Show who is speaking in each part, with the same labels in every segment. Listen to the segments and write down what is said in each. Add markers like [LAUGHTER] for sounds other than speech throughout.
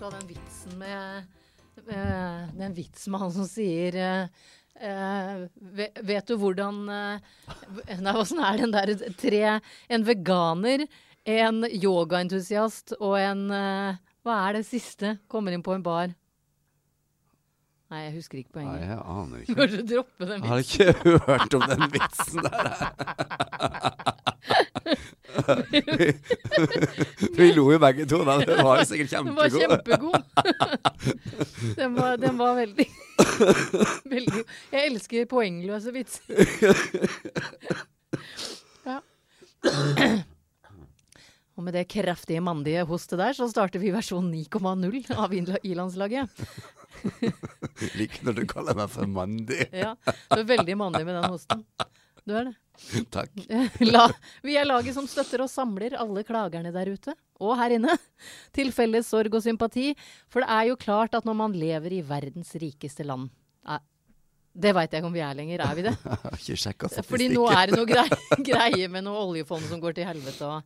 Speaker 1: av den vitsen med eh, Den vitsen med han som sier eh, eh, ve- Vet du hvordan eh, v- Nei, åssen er den der tre En veganer, en yogaentusiast og en eh, Hva er det siste? Kommer inn på en bar. Nei, jeg husker ikke [LAUGHS]
Speaker 2: Nei,
Speaker 1: poenget.
Speaker 2: jeg aner ikke.
Speaker 1: Kanskje droppe den
Speaker 2: Jeg har
Speaker 1: vitsen.
Speaker 2: ikke hørt om den vitsen der.
Speaker 1: [LAUGHS]
Speaker 2: Vi lo jo begge to, da. Det var jo sikkert
Speaker 1: Den var
Speaker 2: kjempegod.
Speaker 1: kjempegod. [LAUGHS] den, var, den var veldig [LAUGHS] Veldig Jeg elsker poengløse vitser. ja. [CLEARS THROAT] Og med det kraftige mandige hostet der, så starter vi versjon 9,0 av innla- I-landslaget.
Speaker 2: Jeg liker når du kaller meg for mandig.
Speaker 1: Ja, du er veldig mandig med den hosten. Du er det.
Speaker 2: Takk.
Speaker 1: [LAUGHS] La, vi er laget som støtter og samler alle klagerne der ute, og her inne, [LAUGHS] til felles sorg og sympati. For det er jo klart at når man lever i verdens rikeste land eh, Det veit jeg ikke om vi er lenger, er vi det?
Speaker 2: Jeg har ikke sjekka
Speaker 1: Fordi
Speaker 2: statistikken.
Speaker 1: nå er det noe grei, greie med noe oljefond som går til helvete og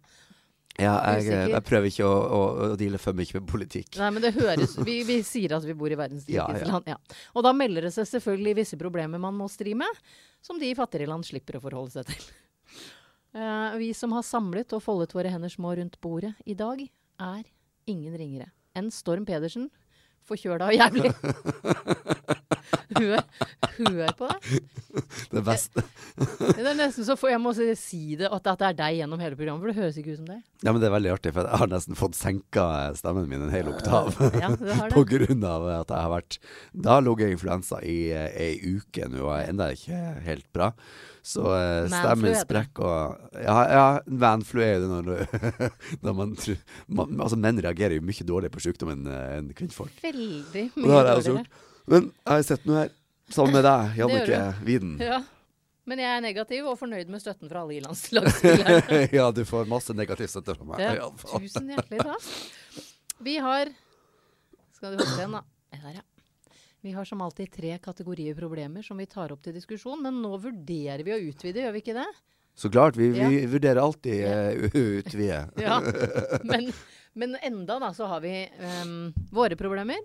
Speaker 2: Ja, jeg,
Speaker 1: Usikker.
Speaker 2: jeg prøver ikke å, å, å deale for mye med politikk.
Speaker 1: Nei, men det høres Vi, vi sier at vi bor i verdens
Speaker 2: Ja,
Speaker 1: rikeste
Speaker 2: ja.
Speaker 1: land. Ja. Og da melder det seg selvfølgelig visse problemer man må stri med, som de i fattigere land slipper å forholde seg til. Eh, vi som har samlet og foldet våre hender små rundt bordet i dag, er ingen ringere enn Storm Pedersen. Forkjøla og jævlig. [LAUGHS] Hør, hør på det.
Speaker 2: Det beste.
Speaker 1: Det er nesten så får- Jeg må si- si det at dette er deg gjennom hele programmet, for det høres ikke ut som deg.
Speaker 2: Ja, men det er veldig artig, for jeg har nesten fått senka stemmen min en hel oktav.
Speaker 1: Ja, det
Speaker 2: [LAUGHS]
Speaker 1: har det.
Speaker 2: På grunn av at jeg har vært Da lå jeg i influensa i eh, ei uke nå, og jeg er ennå ikke helt bra. Så eh,
Speaker 1: Manflu
Speaker 2: stemmen
Speaker 1: heter det.
Speaker 2: sprekker og Ja, ja manflu er jo det når, du- [LAUGHS] når man, tror- man Altså, menn reagerer jo mye dårligere på sykdommen eh, enn kvinnfolk.
Speaker 1: Veldig
Speaker 2: Og
Speaker 1: mye
Speaker 2: det altså har jeg også
Speaker 1: dårligere.
Speaker 2: gjort. Men jeg har sett noe her. Sammen med deg,
Speaker 1: Det
Speaker 2: Jannicke
Speaker 1: gjør [LAUGHS]
Speaker 2: Widen.
Speaker 1: Ja. Men jeg er negativ og fornøyd med støtten fra alle i-landslagsspillere.
Speaker 2: [LAUGHS] ja, du får masse negativ støtte fra meg.
Speaker 1: Ja,
Speaker 2: i alle fall.
Speaker 1: tusen hjertelig takk. Vi har Skal du holde igjen, da? Der, ja. Vi har som alltid tre kategorier problemer som vi tar opp til diskusjon, men nå vurderer vi å utvide, gjør vi ikke det?
Speaker 2: Så klart, vi,
Speaker 1: Ja.
Speaker 2: vi vurderer alltid
Speaker 1: Ja.
Speaker 2: eh, u- utvide.
Speaker 1: Ja. Men, men enda da så har vi ehm, våre problemer,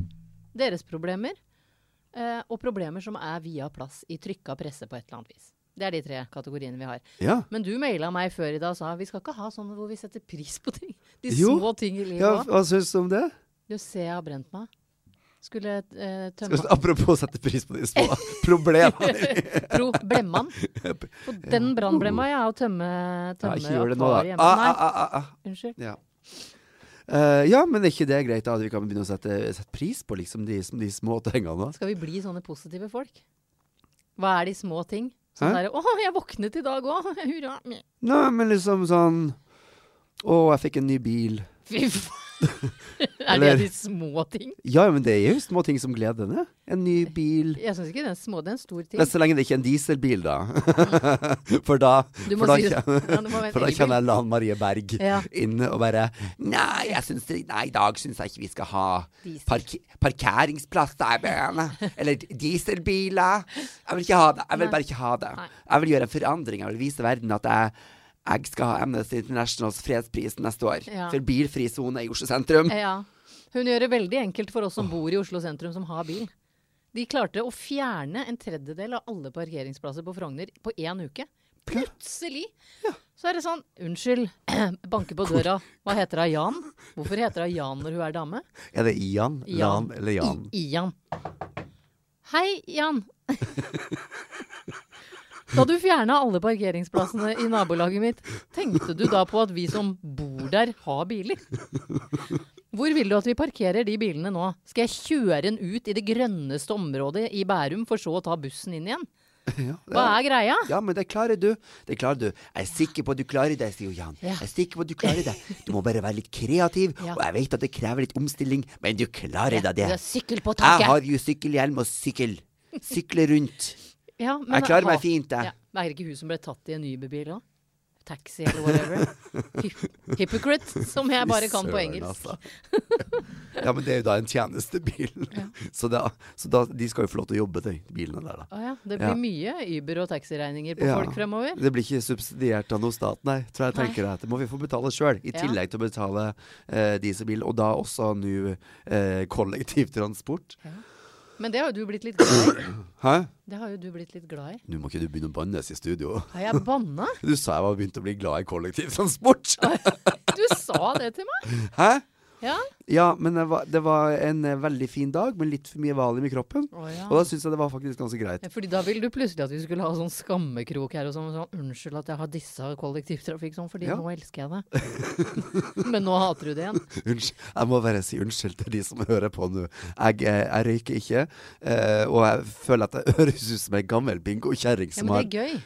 Speaker 1: deres problemer, eh, og problemer som er via plass i trykka presse på et eller annet vis. Det er de tre kategoriene vi har.
Speaker 2: Ja.
Speaker 1: Men du maila meg før i dag og sa vi skal ikke ha sånne hvor vi setter pris på ting. De
Speaker 2: Jo.
Speaker 1: små ting i livet
Speaker 2: ja,
Speaker 1: òg.
Speaker 2: hva syns du om det?
Speaker 1: Du ser jeg har brent meg. Skulle eh, tømme
Speaker 2: Skal- Apropos å sette pris på de små problemene.
Speaker 1: [LAUGHS] Pro blemman. For den brannblemma jeg har å tømme,
Speaker 2: Ja,
Speaker 1: tømme
Speaker 2: ikke gjør det nå, da.
Speaker 1: akvariet hjemme.
Speaker 2: Ah,
Speaker 1: Nei,
Speaker 2: ah, ah, ah.
Speaker 1: unnskyld.
Speaker 2: Ja. Eh, ja, men er ikke det greit da at vi kan begynne å sette, sette pris på liksom de, som de små tingene? da?
Speaker 1: Skal vi bli sånne positive folk? Hva er de små ting?
Speaker 2: Hæ?
Speaker 1: Sånn derre Å, jeg våknet i dag òg! [LAUGHS] Hurra!
Speaker 2: Nei, men liksom sånn Å, jeg fikk en ny bil.
Speaker 1: Fy faen.
Speaker 2: [LAUGHS]
Speaker 1: Er det
Speaker 2: Eller-
Speaker 1: de små ting?
Speaker 2: Ja, men det er jo små ting som gleder henne. En ny bil.
Speaker 1: Jeg syns ikke det er en små, det er en stor ting.
Speaker 2: Men så lenge det ikke er en dieselbil, da. [LAUGHS] For da,
Speaker 1: Du
Speaker 2: for da,
Speaker 1: det.
Speaker 2: kjen-
Speaker 1: Ja, du må være Mm. en
Speaker 2: [LAUGHS] for da
Speaker 1: elbil.
Speaker 2: kjenner jeg Lan Marie Berg
Speaker 1: Ja.
Speaker 2: inne og bare Nei, jeg syns det, nei, i dag syns jeg ikke vi skal ha
Speaker 1: Diesel.
Speaker 2: park parkeringsplass der, men. Eller dieselbiler. Jeg vil ikke ha det. Jeg vil
Speaker 1: Nei.
Speaker 2: bare ikke ha det.
Speaker 1: Nei.
Speaker 2: Jeg vil gjøre en forandring. Jeg vil vise verden at jeg jeg skal ha Amnesty Internationals fredspris neste år
Speaker 1: Ja. Eh.
Speaker 2: for bilfri sone i Oslo sentrum.
Speaker 1: Ja. Hun gjør det veldig enkelt for oss som bor i Oslo sentrum, som har bil. De klarte å fjerne en tredjedel av alle parkeringsplasser på Frogner på én uke. Plutselig! Så er det sånn Unnskyld, [CLEARS THROAT] banker på døra. Hva heter hun? Jan? Hvorfor heter hun Jan når hun er dame?
Speaker 2: Er det Ian,
Speaker 1: Jan.
Speaker 2: Lan eller Jan?
Speaker 1: Ian. Hei,
Speaker 2: [LAUGHS]
Speaker 1: Jan. Da du fjerna alle parkeringsplassene i nabolaget mitt, tenkte du da på at vi som bor der, har biler? Hvor vil du at vi parkerer de bilene nå? Skal jeg kjøre den ut i det grønneste området i Bærum, for så å ta bussen inn igjen?
Speaker 2: Ja, det
Speaker 1: Hva er greia?
Speaker 2: Ja, men det klarer du. Det klarer du. Jeg er sikker på at du klarer det, sier jo Jan.
Speaker 1: Ja.
Speaker 2: Jeg er sikker på at du klarer det. Du må bare være litt kreativ,
Speaker 1: Ja.
Speaker 2: og jeg vet at det krever litt omstilling, men du klarer deg det.
Speaker 1: Det er sykkel på
Speaker 2: Jeg
Speaker 1: taket.
Speaker 2: har jo sykkelhjelm og sykkel. Sykle rundt.
Speaker 1: Ja, [LAUGHS] men
Speaker 2: Jeg klarer
Speaker 1: ha-
Speaker 2: meg fint, jeg.
Speaker 1: Ja, men er det ikke hun som ble tatt i en Uber-bil òg? taxi eller whatever.
Speaker 2: [LAUGHS]
Speaker 1: Hy- Hypocrite, som jeg bare kan på
Speaker 2: Søren,
Speaker 1: engelsk.
Speaker 2: altså. ja, men det er jo da en tjenestebil. [LAUGHS] Så, da, så da, de skal jo få lov til å jobbe, de bilene der, da.
Speaker 1: Å ja, det
Speaker 2: Ja.
Speaker 1: blir mye Uber og taxiregninger på
Speaker 2: Ja.
Speaker 1: folk fremover.
Speaker 2: Det blir ikke subsidiert av noe stat, nei. Tror jeg
Speaker 1: Nei.
Speaker 2: tenker at Det må vi få betale sjøl, i
Speaker 1: Ja.
Speaker 2: tillegg til å betale eh, dieselbil. Og da også nå eh, kollektivtransport.
Speaker 1: Men det har jo du blitt litt glad i.
Speaker 2: Hæ?
Speaker 1: Det har jo du blitt litt glad i.
Speaker 2: Nå må ikke du begynne å bannes i studio. [LAUGHS]
Speaker 1: Har jeg banna?
Speaker 2: Du sa jeg var begynt å bli glad i kollektivtransport.
Speaker 1: Du sa det til meg!
Speaker 2: Hæ?
Speaker 1: Ja.
Speaker 2: Ja, men det var, det var en eh, veldig fin dag med litt for mye valium i kroppen.
Speaker 1: Å, ja.
Speaker 2: Og da syns jeg det var faktisk ganske greit.
Speaker 1: Ja, Fordi da ville du plutselig at vi skulle ha sånn skammekrok her og sånn. sånn Unnskyld at jeg har dissa kollektivtrafikk sånn, fordi
Speaker 2: Ja.
Speaker 1: nå elsker jeg det.
Speaker 2: [LAUGHS]
Speaker 1: Men nå hater du det igjen.
Speaker 2: Unnskyld. Jeg må bare si unnskyld til de som hører på nå. Jeg, eh, jeg røyker ikke, eh, og jeg føler at jeg høres ut som ei gammel bingokjerring
Speaker 1: Ja,
Speaker 2: som
Speaker 1: men
Speaker 2: har
Speaker 1: det er gøy.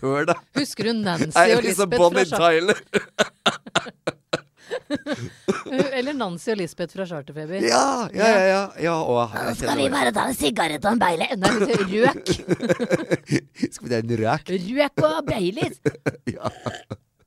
Speaker 2: Hør, da!
Speaker 1: Husker du Nancy
Speaker 2: Jeg
Speaker 1: og
Speaker 2: er liksom
Speaker 1: Lisbeth fra
Speaker 2: Bonnie
Speaker 1: Char-
Speaker 2: Tyler!
Speaker 1: Eller Nancy og Lisbeth fra Charterfeber?
Speaker 2: Ja, ja, ja. ja, ja og jeg, jeg
Speaker 1: Skal vi
Speaker 2: kjenner
Speaker 1: bare ta en sigarett og en Bailey? Nei, hun sier røk.
Speaker 2: Skal vi ta en røk?
Speaker 1: Røk og Baileys.
Speaker 2: Ja.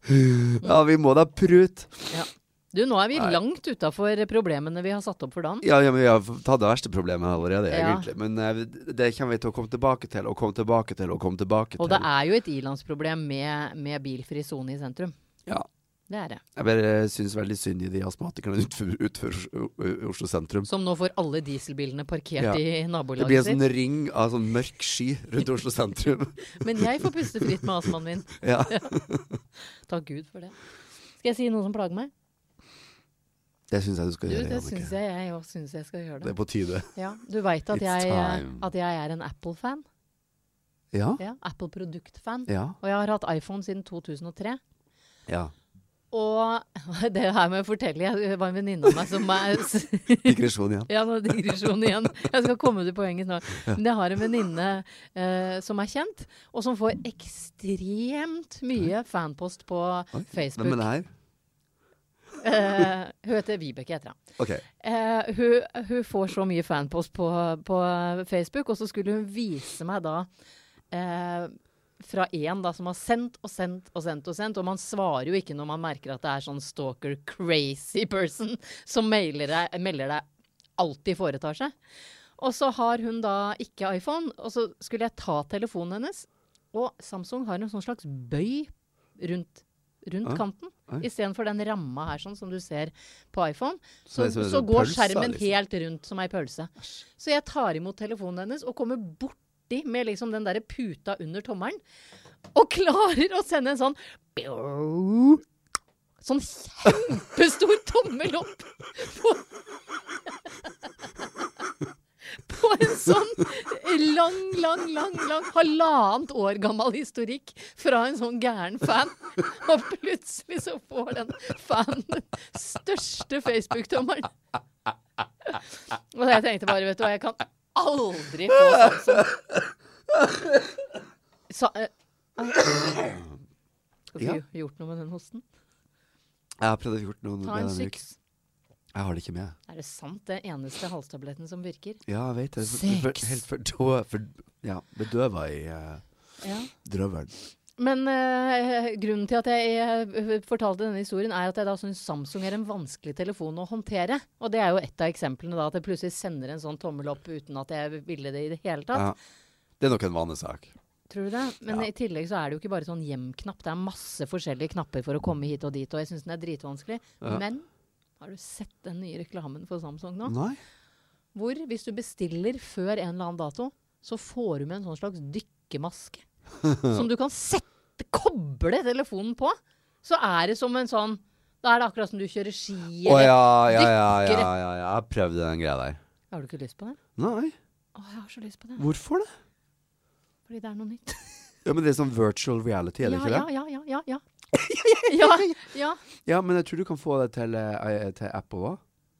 Speaker 2: ja, vi må da prute.
Speaker 1: Ja. Du, nå er vi langt utafor problemene vi har satt opp for dagen.
Speaker 2: Ja, ja, men vi har tatt det verste problemet allerede,
Speaker 1: Ja.
Speaker 2: egentlig. Men eh, det kommer vi til å komme tilbake til, og komme tilbake til, og komme tilbake til.
Speaker 1: Og det er jo et ilandsproblem med, med bilfri sone i sentrum.
Speaker 2: Ja.
Speaker 1: Det er det.
Speaker 2: Jeg bare syns veldig synd i de astmatikerne utenfor, utenfor Os- O- Oslo sentrum.
Speaker 1: Som nå får alle dieselbilene parkert
Speaker 2: Ja.
Speaker 1: i
Speaker 2: Det blir
Speaker 1: nabolaget
Speaker 2: en
Speaker 1: sitt.
Speaker 2: sånn ring av sånn mørk sky rundt Oslo sentrum.
Speaker 1: [LAUGHS] Men jeg får puste fritt med astmaen min.
Speaker 2: Ja.
Speaker 1: Takk Gud for det. Skal jeg si noe som plager meg?
Speaker 2: Det syns jeg du skal
Speaker 1: Du,
Speaker 2: gjøre,
Speaker 1: det
Speaker 2: Jannicke.
Speaker 1: syns jeg jeg òg syns jeg skal gjøre
Speaker 2: Det
Speaker 1: det.
Speaker 2: er på tide.
Speaker 1: Ja, du veit at,
Speaker 2: It's
Speaker 1: jeg,
Speaker 2: time.
Speaker 1: at jeg er en Apple-fan.
Speaker 2: Ja.
Speaker 1: Ja, Apple-produkt-fan.
Speaker 2: Ja.
Speaker 1: Og jeg har hatt iPhone siden 2003.
Speaker 2: ja.
Speaker 1: Og [LAUGHS] det her med å fortelle jeg- Det var en venninne av meg som er
Speaker 2: Digresjon igjen.
Speaker 1: [LAUGHS] Ja, nå digresjon igjen. Jeg skal komme til poenget snart. Men jeg har en venninne eh, som er kjent, og som får ekstremt mye fanpost på
Speaker 2: Oi, Hvem er
Speaker 1: Facebook.
Speaker 2: det her?
Speaker 1: Eh, hun heter Vibeke, heter hun.
Speaker 2: OK.
Speaker 1: Eh, hun, hun får så mye fanpost på, på Facebook, og så skulle hun vise meg da eh, fra en da, som har sendt og sendt og sendt og sendt, og man svarer jo ikke når man merker at det er sånn stalker crazy person som mailer deg, melder deg alt de foretar seg. Og så har hun da ikke iPhone, og så skulle jeg ta telefonen hennes, og Samsung har en sånn slags bøy rundt, rundt
Speaker 2: Oi.
Speaker 1: kanten,
Speaker 2: Oi.
Speaker 1: istedenfor den ramma her sånn som du ser på iPhone.
Speaker 2: Så
Speaker 1: Så,
Speaker 2: det er som
Speaker 1: så,
Speaker 2: en sånn
Speaker 1: går
Speaker 2: pølse,
Speaker 1: skjermen
Speaker 2: liksom.
Speaker 1: helt rundt som ei pølse. Så jeg tar imot telefonen hennes og kommer borti med liksom den derre puta under tommelen. Og klarer å sende en sånn Sånn kjempestor tommel opp på På en sånn lang, lang, lang, lang halvannet år gammel historikk fra en sånn gæren fan. Og plutselig så får den fanen den største Facebook-tommelen. Og jeg tenkte bare, vet du hva, jeg kan aldri få Samsung. Sa, eh, eh. Skal
Speaker 2: Ja.
Speaker 1: ikke du gjort noe med den hosten?
Speaker 2: Jeg har prøvd å gjort noe
Speaker 1: Ta
Speaker 2: med
Speaker 1: en
Speaker 2: denne uken.
Speaker 1: syks.
Speaker 2: Jeg har det ikke med.
Speaker 1: Er det sant? Det er eneste halstabletten som virker?
Speaker 2: Ja, jeg vet det.
Speaker 1: Sex.
Speaker 2: For, helt fordå... For, ja, bedøva i eh,
Speaker 1: Ja.
Speaker 2: drøvelen.
Speaker 1: Men eh, grunnen til at jeg eh, fortalte denne historien, er at jeg da syns Samsung er en vanskelig telefon å håndtere. Og det er jo et av eksemplene, da. At jeg plutselig sender en sånn tommel opp uten at jeg ville det i det hele tatt.
Speaker 2: Ja. Det er nok en vanesak.
Speaker 1: Tror du det? Men
Speaker 2: Ja.
Speaker 1: i tillegg så er det jo ikke bare sånn hjem-knapp. Det er masse forskjellige knapper for å komme hit og dit, og jeg syns den er dritvanskelig.
Speaker 2: Ja.
Speaker 1: Men har du sett den nye reklamen for Samsung nå?
Speaker 2: Nei?
Speaker 1: Hvor hvis du bestiller før en eller annen dato, så får du med en sånn slags
Speaker 2: [LAUGHS]
Speaker 1: dykkermaske. som du kan sette, koble telefonen på. Så er det som en sånn Da er det akkurat som du kjører ski.
Speaker 2: Å
Speaker 1: eller-
Speaker 2: ja, ja, ja, ja,
Speaker 1: dykker.
Speaker 2: ja, ja. Jeg har prøvd den greia der.
Speaker 1: Har du ikke lyst på det?
Speaker 2: Nei.
Speaker 1: Å, jeg har så lyst på det.
Speaker 2: Hvorfor det?
Speaker 1: Fordi det er noe nytt.
Speaker 2: Ja, men det er sånn virtual reality, er det
Speaker 1: ja,
Speaker 2: ikke det?
Speaker 1: ja, ja, ja, ja,
Speaker 2: [LAUGHS]
Speaker 1: ja. ja, ja.
Speaker 2: Ja, men jeg tror du kan få det til, eh, i- til Apple òg.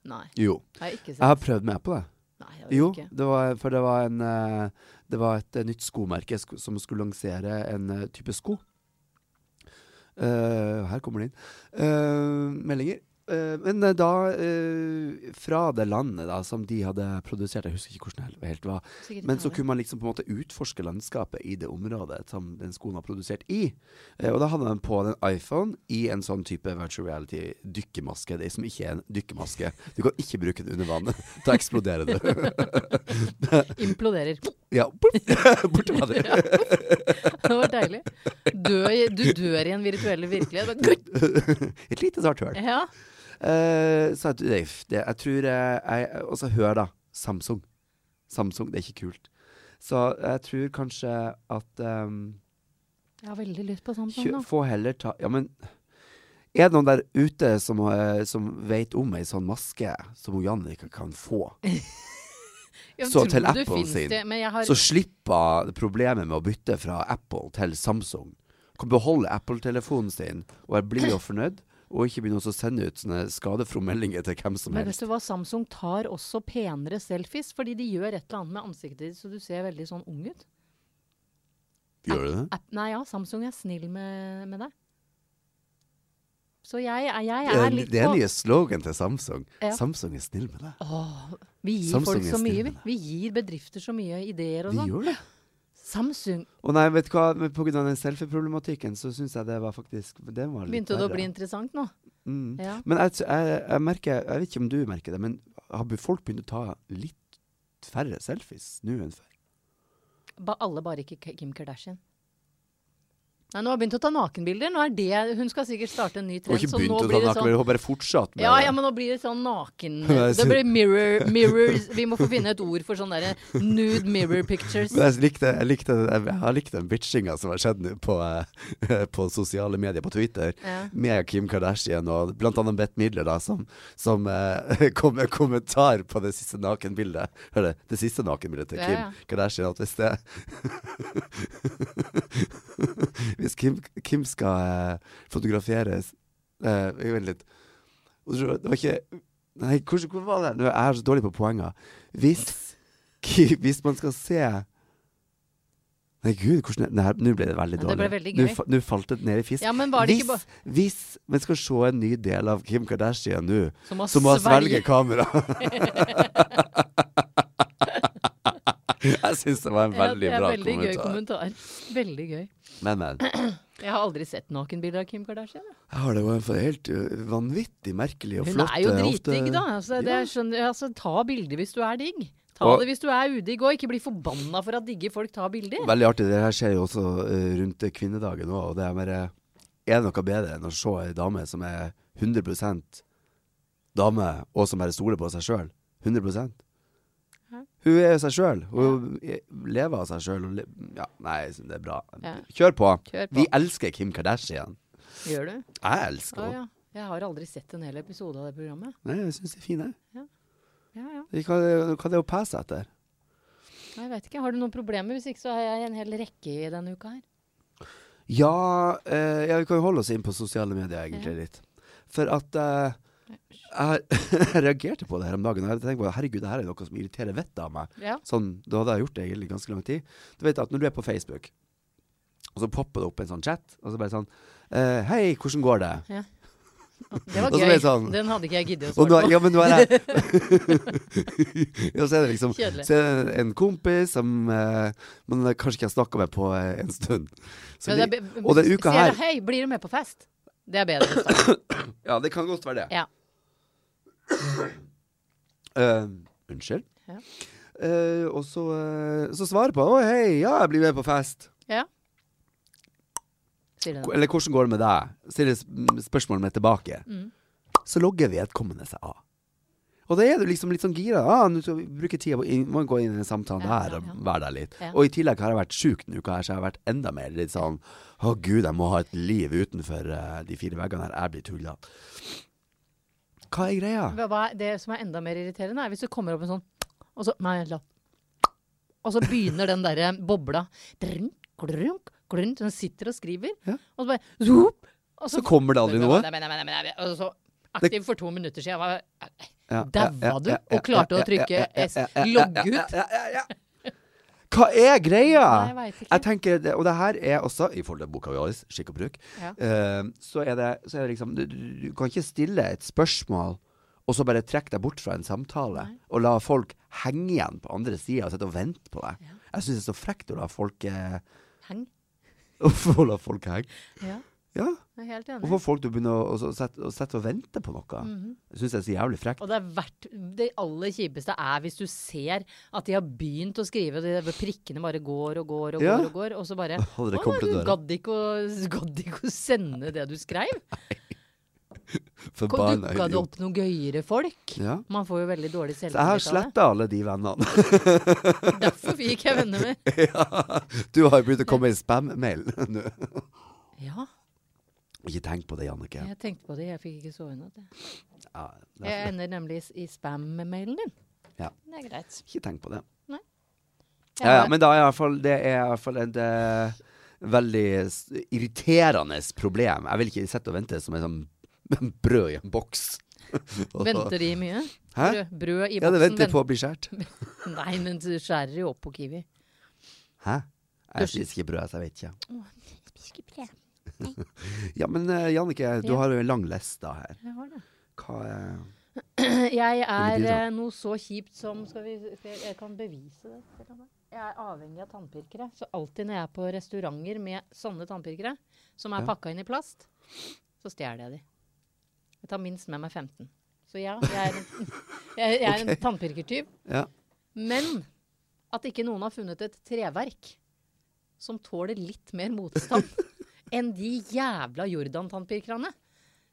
Speaker 1: Nei,
Speaker 2: Jo.
Speaker 1: jeg har ikke sett
Speaker 2: Jeg har prøvd med Apple, jeg.
Speaker 1: Nei, jeg vet
Speaker 2: Jo,
Speaker 1: ikke.
Speaker 2: det var, for det var, en, eh, det var et eh, nytt skomerke sk- som skulle lansere en eh, type sko. Eh, her kommer det inn. Eh, meldinger. Eh, men eh, da, eh, fra det landet da, som de hadde produsert, jeg husker ikke hvordan det helt- helt var,
Speaker 1: Sikkert
Speaker 2: men så
Speaker 1: Italia.
Speaker 2: kunne man liksom på en måte utforske landskapet i det området som den skoen var produsert i. Eh, og da hadde man på en iPhone i en sånn type virtual reality dykkermaske, det som ikke er en dykkermaske. Du kan ikke bruke den under [LAUGHS] vannet, da eksploderer [LAUGHS] du.
Speaker 1: Imploderer. [LAUGHS]
Speaker 2: ja, plopp, [LAUGHS] borte var det.
Speaker 1: Det var deilig. Dø i, du dør i en virtuell virkelighet. Bare,
Speaker 2: [LAUGHS]
Speaker 1: gutt!
Speaker 2: Et lite svart høl.
Speaker 1: ja.
Speaker 2: Eh, så jeg, det, det, jeg tror eh, jeg, Og så hør, da. Samsung. Samsung, det er ikke kult. Så jeg tror kanskje at ehm,
Speaker 1: Jeg har veldig lyst på sånn, Samsung
Speaker 2: kjø,
Speaker 1: nå.
Speaker 2: Få heller ta Ja, men er det noen der ute som, eh, som vet om ei sånn maske som hun Jannika kan få?
Speaker 1: Ja, men
Speaker 2: så
Speaker 1: tror
Speaker 2: til
Speaker 1: du
Speaker 2: Apple
Speaker 1: finnes
Speaker 2: sin.
Speaker 1: det? Men jeg har
Speaker 2: Så slipper hun problemet med å bytte fra Apple til Samsung. Kan beholde Apple-telefonen sin og være blid
Speaker 1: [CLEARS THROAT]
Speaker 2: og fornøyd, og ikke begynne å sende ut sånne skadefromme meldinger til hvem som
Speaker 1: Men
Speaker 2: helst.
Speaker 1: vet du hva, Samsung tar også penere selfies, fordi de gjør et eller annet med ansiktet ditt, så du ser veldig sånn ung ut.
Speaker 2: Gjør du det?
Speaker 1: App, nei ja, Samsung er snill med, med deg. Så jeg, jeg, jeg
Speaker 2: Det
Speaker 1: er
Speaker 2: er-
Speaker 1: litt
Speaker 2: Eh, det er
Speaker 1: på
Speaker 2: nye slogan til Samsung.
Speaker 1: Ja.
Speaker 2: Samsung er snill med deg.
Speaker 1: Åh, Vi gir
Speaker 2: Samsung
Speaker 1: folk
Speaker 2: er
Speaker 1: så mye,
Speaker 2: snill
Speaker 1: vi.
Speaker 2: med deg.
Speaker 1: Vi gir bedrifter så mye ideer og
Speaker 2: De
Speaker 1: sånn.
Speaker 2: gjør det.
Speaker 1: Samsung.
Speaker 2: Å nei, vet du hva, men på grunn av den selfie-problematikken så syns jeg det var faktisk det var litt
Speaker 1: Begynte det å
Speaker 2: verre.
Speaker 1: bli interessant nå?
Speaker 2: Mm.
Speaker 1: Ja.
Speaker 2: Men jeg, jeg, jeg merker, jeg vet ikke om du merker det, men har be- folk begynt å ta litt færre selfies nå enn før?
Speaker 1: Ba, alle bare ikke K- Kim Kardashian. Nei, nå har hun begynt å ta nakenbilder. Nå er det, hun skal sikkert starte en ny
Speaker 2: Og
Speaker 1: trend.
Speaker 2: ikke
Speaker 1: så nå
Speaker 2: begynt å ta
Speaker 1: blir det
Speaker 2: nakenbilder,
Speaker 1: sånn,
Speaker 2: hun har bare fortsatt med
Speaker 1: ja,
Speaker 2: det.
Speaker 1: ja, men nå blir det sånn naken...
Speaker 2: [LAUGHS] Nei,
Speaker 1: Det blir
Speaker 2: [LAUGHS]
Speaker 1: mirror, mirrors. Vi må få finne et ord for sånne der nude mirror pictures.
Speaker 2: Men jeg likte, jeg likte, jeg, jeg har likt den bitchinga som har skjedd nå på, [LAUGHS] eh, på sosiale medier, på Twitter,
Speaker 1: Ja.
Speaker 2: med Kim Kardashian og blant annet Bett Midler, da, som, som eh, [LAUGHS] kom med kommentar på det siste nakenbildet. Hør det, det siste nakenbildet til
Speaker 1: Ja,
Speaker 2: Kim
Speaker 1: ja.
Speaker 2: Kardashian. At hvis det [LAUGHS] Hvis Kim, Kim skal eh, fotograferes eh, Vent litt. Det var ikke Nei, hvordan, hvor var det? Nå er jeg så dårlig på poenger. Hvis, ki- hvis man skal se Nei, gud, hvordan Nei, her- Nå ble det veldig
Speaker 1: Ja,
Speaker 2: dårlig.
Speaker 1: det ble veldig
Speaker 2: Nå
Speaker 1: gøy.
Speaker 2: fa- Nå falt det ned i fisk.
Speaker 1: Ja, men var det ikke
Speaker 2: hvis, hvis man skal se en ny del av Kim Kardashian nå,
Speaker 1: Så må
Speaker 2: så må jeg
Speaker 1: Sverige-
Speaker 2: svelge kamera. [LAUGHS] jeg syns det var en
Speaker 1: Ja,
Speaker 2: veldig
Speaker 1: det er
Speaker 2: bra
Speaker 1: veldig
Speaker 2: kommentar.
Speaker 1: Gøy kommentar. Veldig gøy.
Speaker 2: Men, men.
Speaker 1: Jeg har aldri sett nakenbilder av Kim Kardashian. jeg.
Speaker 2: Jeg har det jo en for- helt ø, vanvittig merkelig og
Speaker 1: Hun
Speaker 2: flott
Speaker 1: er jo
Speaker 2: ø,
Speaker 1: dritdigg,
Speaker 2: ofte-
Speaker 1: da. Altså, det
Speaker 2: Ja.
Speaker 1: er, skjønner, altså, ta bilder hvis du er digg. Ta
Speaker 2: Og-
Speaker 1: det hvis du er udigg òg. Ikke bli forbanna for at digge folk tar bilder.
Speaker 2: Veldig artig. Det her skjer jo også eh, rundt eh, kvinnedagen òg. Og det er bare Er det noe bedre enn å se ei dame som er 100 dame, og som bare stoler på seg sjøl? 100 Hun er jo seg sjøl. Hun eh, lever av seg sjøl. Le ja, nei, jeg synes det er bra.
Speaker 1: Ja.
Speaker 2: Kjør på.
Speaker 1: Kjør på.
Speaker 2: Vi elsker Kim Kardashian.
Speaker 1: Gjør du?
Speaker 2: Jeg elsker
Speaker 1: Å,
Speaker 2: henne.
Speaker 1: ja. Jeg har aldri sett en hel episode av det programmet.
Speaker 2: Nei, Jeg syns det er fin, jeg.
Speaker 1: Ja, ja.
Speaker 2: Hva hva er det å passe etter?
Speaker 1: Nei, Jeg vet ikke. Har du noen problemer? Hvis ikke så har jeg en hel rekke i denne uka her.
Speaker 2: Ja, eh, ja, vi kan jo holde oss inn på sosiale medier egentlig litt. For at eh, jeg, [LAUGHS] jeg reagerte på det her om dagen. Og jeg tenkte på, herregud, det her er noe som irriterer vettet av meg.
Speaker 1: Ja.
Speaker 2: Sånn, Da hadde jeg gjort det egentlig ganske lang tid. Du vet at når du er på Facebook, og så popper det opp en sånn chat, og så bare sånn eh, Hei, hvordan går det?
Speaker 1: Det var
Speaker 2: Og så ble
Speaker 1: gøy.
Speaker 2: jeg sånn-
Speaker 1: Den hadde ikke jeg giddet å
Speaker 2: Og nå,
Speaker 1: svare på.
Speaker 2: ja, men nå
Speaker 1: [LAUGHS]
Speaker 2: er jeg Ja, så er det liksom
Speaker 1: Kjedelig.
Speaker 2: så er det en kompis som eh, man kanskje ikke har snakka med på eh, en stund. Så
Speaker 1: Ja, det
Speaker 2: vi,
Speaker 1: er be-
Speaker 2: og den uka
Speaker 1: Sier
Speaker 2: her
Speaker 1: du, Hei, blir du med på fest? Det er bedre.
Speaker 2: [CLEARS THROAT]
Speaker 1: Start.
Speaker 2: Ja, det kan godt være det.
Speaker 1: Ja.
Speaker 2: Eh, unnskyld.
Speaker 1: Ja.
Speaker 2: Eh, og så, eh, så svarer på 'Å, hei, ja, jeg blir med på fest'.
Speaker 1: Ja. Sier du
Speaker 2: Ko-
Speaker 1: det?
Speaker 2: Eller 'Hvordan går det med deg?' Stiller sp- spørsmålet mitt tilbake.
Speaker 1: Mm.
Speaker 2: Så logger vedkommende seg av. Og da er du liksom litt sånn gira. Ah, nå skal vi bruke tida på å inn- man går inn i den samtalen
Speaker 1: Ja,
Speaker 2: her
Speaker 1: ja,
Speaker 2: og
Speaker 1: ja.
Speaker 2: være der litt.
Speaker 1: Ja.
Speaker 2: Og i tillegg har jeg vært sjuk denne uka, her, så jeg har vært enda mer litt sånn 'Å, gud, jeg må ha et liv utenfor eh, de fire veggene her. Jeg blir tulla'. Hva er greia?
Speaker 1: Hva- Hva er det som er enda mer irriterende, er hvis det kommer opp en sånn Og så, nei, la. Og så begynner den derre bobla. Drunk, glunk, glunk. Den sitter og skriver.
Speaker 2: Ja.
Speaker 1: Og så bare zoop, og
Speaker 2: Så kommer det aldri noe.
Speaker 1: Nei, nei, nei, nei, nei. Og så aktiv for to minutter siden. Var,
Speaker 2: Ja,
Speaker 1: Daua
Speaker 2: ja, ja,
Speaker 1: du
Speaker 2: ja,
Speaker 1: og klarte
Speaker 2: ja,
Speaker 1: å trykke
Speaker 2: ja, ja,
Speaker 1: S.
Speaker 2: ja, ja, ja,
Speaker 1: Logg ut.
Speaker 2: ja, ja, ja. hva er
Speaker 1: Nei,
Speaker 2: greia?
Speaker 1: jeg vet ikke.
Speaker 2: Jeg tenker, det- Og det her er også, i forhold til boka vi har, skikk og bruk,
Speaker 1: Ja.
Speaker 2: eh, så, er det, så er det liksom du, du du kan ikke stille et spørsmål og så bare trekke deg bort fra en samtale
Speaker 1: Nei.
Speaker 2: og la folk henge igjen på andre sida og sitte og vente på deg. Jeg syns det er så frekt å la folk eh, [LAUGHS]
Speaker 1: Heng.
Speaker 2: Å la folk henge.
Speaker 1: Ja,
Speaker 2: Ja.
Speaker 1: jeg er helt enig.
Speaker 2: Hvorfor folk du begynner å, å, så sette, å sette og vente på noe.
Speaker 1: Mhm.
Speaker 2: Jeg syns det er så jævlig frekt.
Speaker 1: Og det, er verdt, det aller kjipeste er hvis du ser at de har begynt å skrive, og de der prikkene bare går og går og
Speaker 2: Ja.
Speaker 1: går, og går, og så bare
Speaker 2: Hadde det
Speaker 1: «Å,
Speaker 2: kommet til
Speaker 1: du
Speaker 2: døra?»
Speaker 1: gadd ikke, å- gadd ikke å sende det du skrev? Kom-
Speaker 2: Forbanna
Speaker 1: Dukka det
Speaker 2: idiot.
Speaker 1: opp noen gøyere folk?
Speaker 2: Ja.
Speaker 1: Man får jo veldig dårlig
Speaker 2: Så jeg har
Speaker 1: selvtillit av det.
Speaker 2: sletta alle de vennene.
Speaker 1: Derfor fikk jeg venner med.
Speaker 2: [LAUGHS] ja. Du har jo begynt å komme i spam-mail [LAUGHS] nå.
Speaker 1: Ja,
Speaker 2: Ikke tenk på det, Jannike.
Speaker 1: jeg tenkte på det. Jeg fikk ikke sove i natt. jeg.
Speaker 2: Ja, det
Speaker 1: Jeg
Speaker 2: er-
Speaker 1: ender nemlig i s- i spam-mailen din.
Speaker 2: Ja.
Speaker 1: Det er greit.
Speaker 2: ikke tenk på det.
Speaker 1: Jeg
Speaker 2: Ja, ja,
Speaker 1: har-
Speaker 2: men da er i hvert fall, det er i hvert fall et eh, veldig s- irriterende problem. Jeg vil ikke sitte og vente som en sånn [LAUGHS] brød i en boks. Og-
Speaker 1: Venter de mye?
Speaker 2: Hæ?
Speaker 1: Brød, brød i
Speaker 2: Ja, det
Speaker 1: boksen?
Speaker 2: venter på å bli skåret.
Speaker 1: vent- Nei, men du skjærer jo opp på Kiwi.
Speaker 2: Hæ? Jeg spiser ikke brød, så jeg vet ikke. Ja, men eh, Jannike, du
Speaker 1: Ja.
Speaker 2: har jo en lang liste her.
Speaker 1: Jeg har det.
Speaker 2: Hva er
Speaker 1: [LAUGHS] Jeg er
Speaker 2: betyr det?
Speaker 1: eh, noe så kjipt som skal vi, skal jeg, jeg kan bevise det. skal jeg ta meg. Jeg er avhengig av tannpirkere. Så alltid når jeg er på restauranter med sånne tannpirkere, som er
Speaker 2: Ja.
Speaker 1: pakka inn i plast, så stjeler jeg de. Jeg tar minst med meg 15. Så ja, jeg er en, [LAUGHS] jeg, jeg er en tannpirkertyv.
Speaker 2: Ja.
Speaker 1: Men at ikke noen har funnet et treverk som tåler litt mer
Speaker 2: [LAUGHS]
Speaker 1: motstand enn de jævla Jordan-tannpirkerne.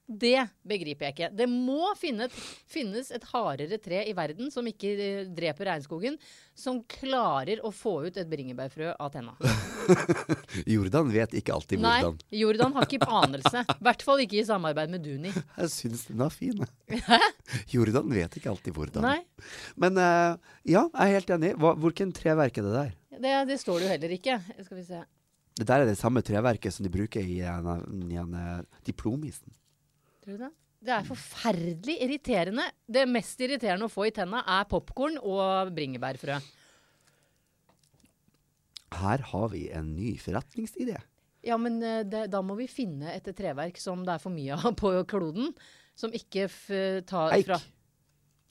Speaker 1: Det begriper jeg ikke. Det må finne, finnes et hardere tre i verden som ikke eh, dreper regnskogen, som klarer å få ut et bringebærfrø av tenna.
Speaker 2: Jordan vet ikke alltid
Speaker 1: Nei,
Speaker 2: hvordan.
Speaker 1: Jordan har ikke anelse. I hvert fall ikke i samarbeid med Duni.
Speaker 2: Jeg syns den er fin. jeg. [LAUGHS] Jordan vet ikke alltid hvordan.
Speaker 1: Nei,
Speaker 2: Men eh, ja, jeg er helt enig. Hva, hvilken treverk er det der?
Speaker 1: det, det står det jo heller ikke. Skal vi se.
Speaker 2: Det der er det samme treverket som de bruker i en, i en eh, diplomisen.
Speaker 1: Tror du det? Det er forferdelig irriterende. Det mest irriterende å få i tenna er popkorn og bringebærfrø.
Speaker 2: Her har vi en ny forretningsidé.
Speaker 1: Ja, men eh, det, da må vi finne et treverk som det er for mye av på kloden. Som ikke f tar
Speaker 2: Eik.
Speaker 1: fra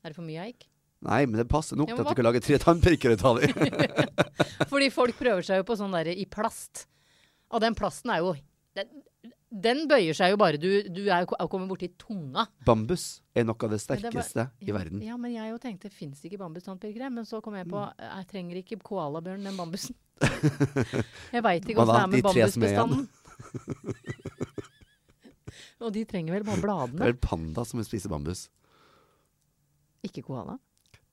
Speaker 1: Er det for mye eik?
Speaker 2: Nei, men det passer nok
Speaker 1: Ja,
Speaker 2: til
Speaker 1: men
Speaker 2: at
Speaker 1: hva-
Speaker 2: du kan lage tre tannpirkere ut av
Speaker 1: [LAUGHS]
Speaker 2: dem.
Speaker 1: Fordi folk prøver seg jo på sånn derre i plast. Og den plasten er jo Den, den bøyer seg jo bare. Du, du er jo ko- er jo kommet borti tunga.
Speaker 2: Bambus er noe av
Speaker 1: Men det
Speaker 2: det
Speaker 1: var-
Speaker 2: sterkeste i verden.
Speaker 1: Ja, men jeg jo tenkte fins ikke bambustannpirkere? Men så kom jeg på
Speaker 2: Mm.
Speaker 1: jeg trenger ikke koalabjørn den
Speaker 2: [LAUGHS]
Speaker 1: bambusen. jeg veit ikke
Speaker 2: Hva da,
Speaker 1: åssen det er med
Speaker 2: de tre som er
Speaker 1: bambusbestanden. [LAUGHS]
Speaker 2: igjen?
Speaker 1: Og de trenger vel bare
Speaker 2: Det er
Speaker 1: bladene,
Speaker 2: en panda som spiser bambus.
Speaker 1: ikke koala.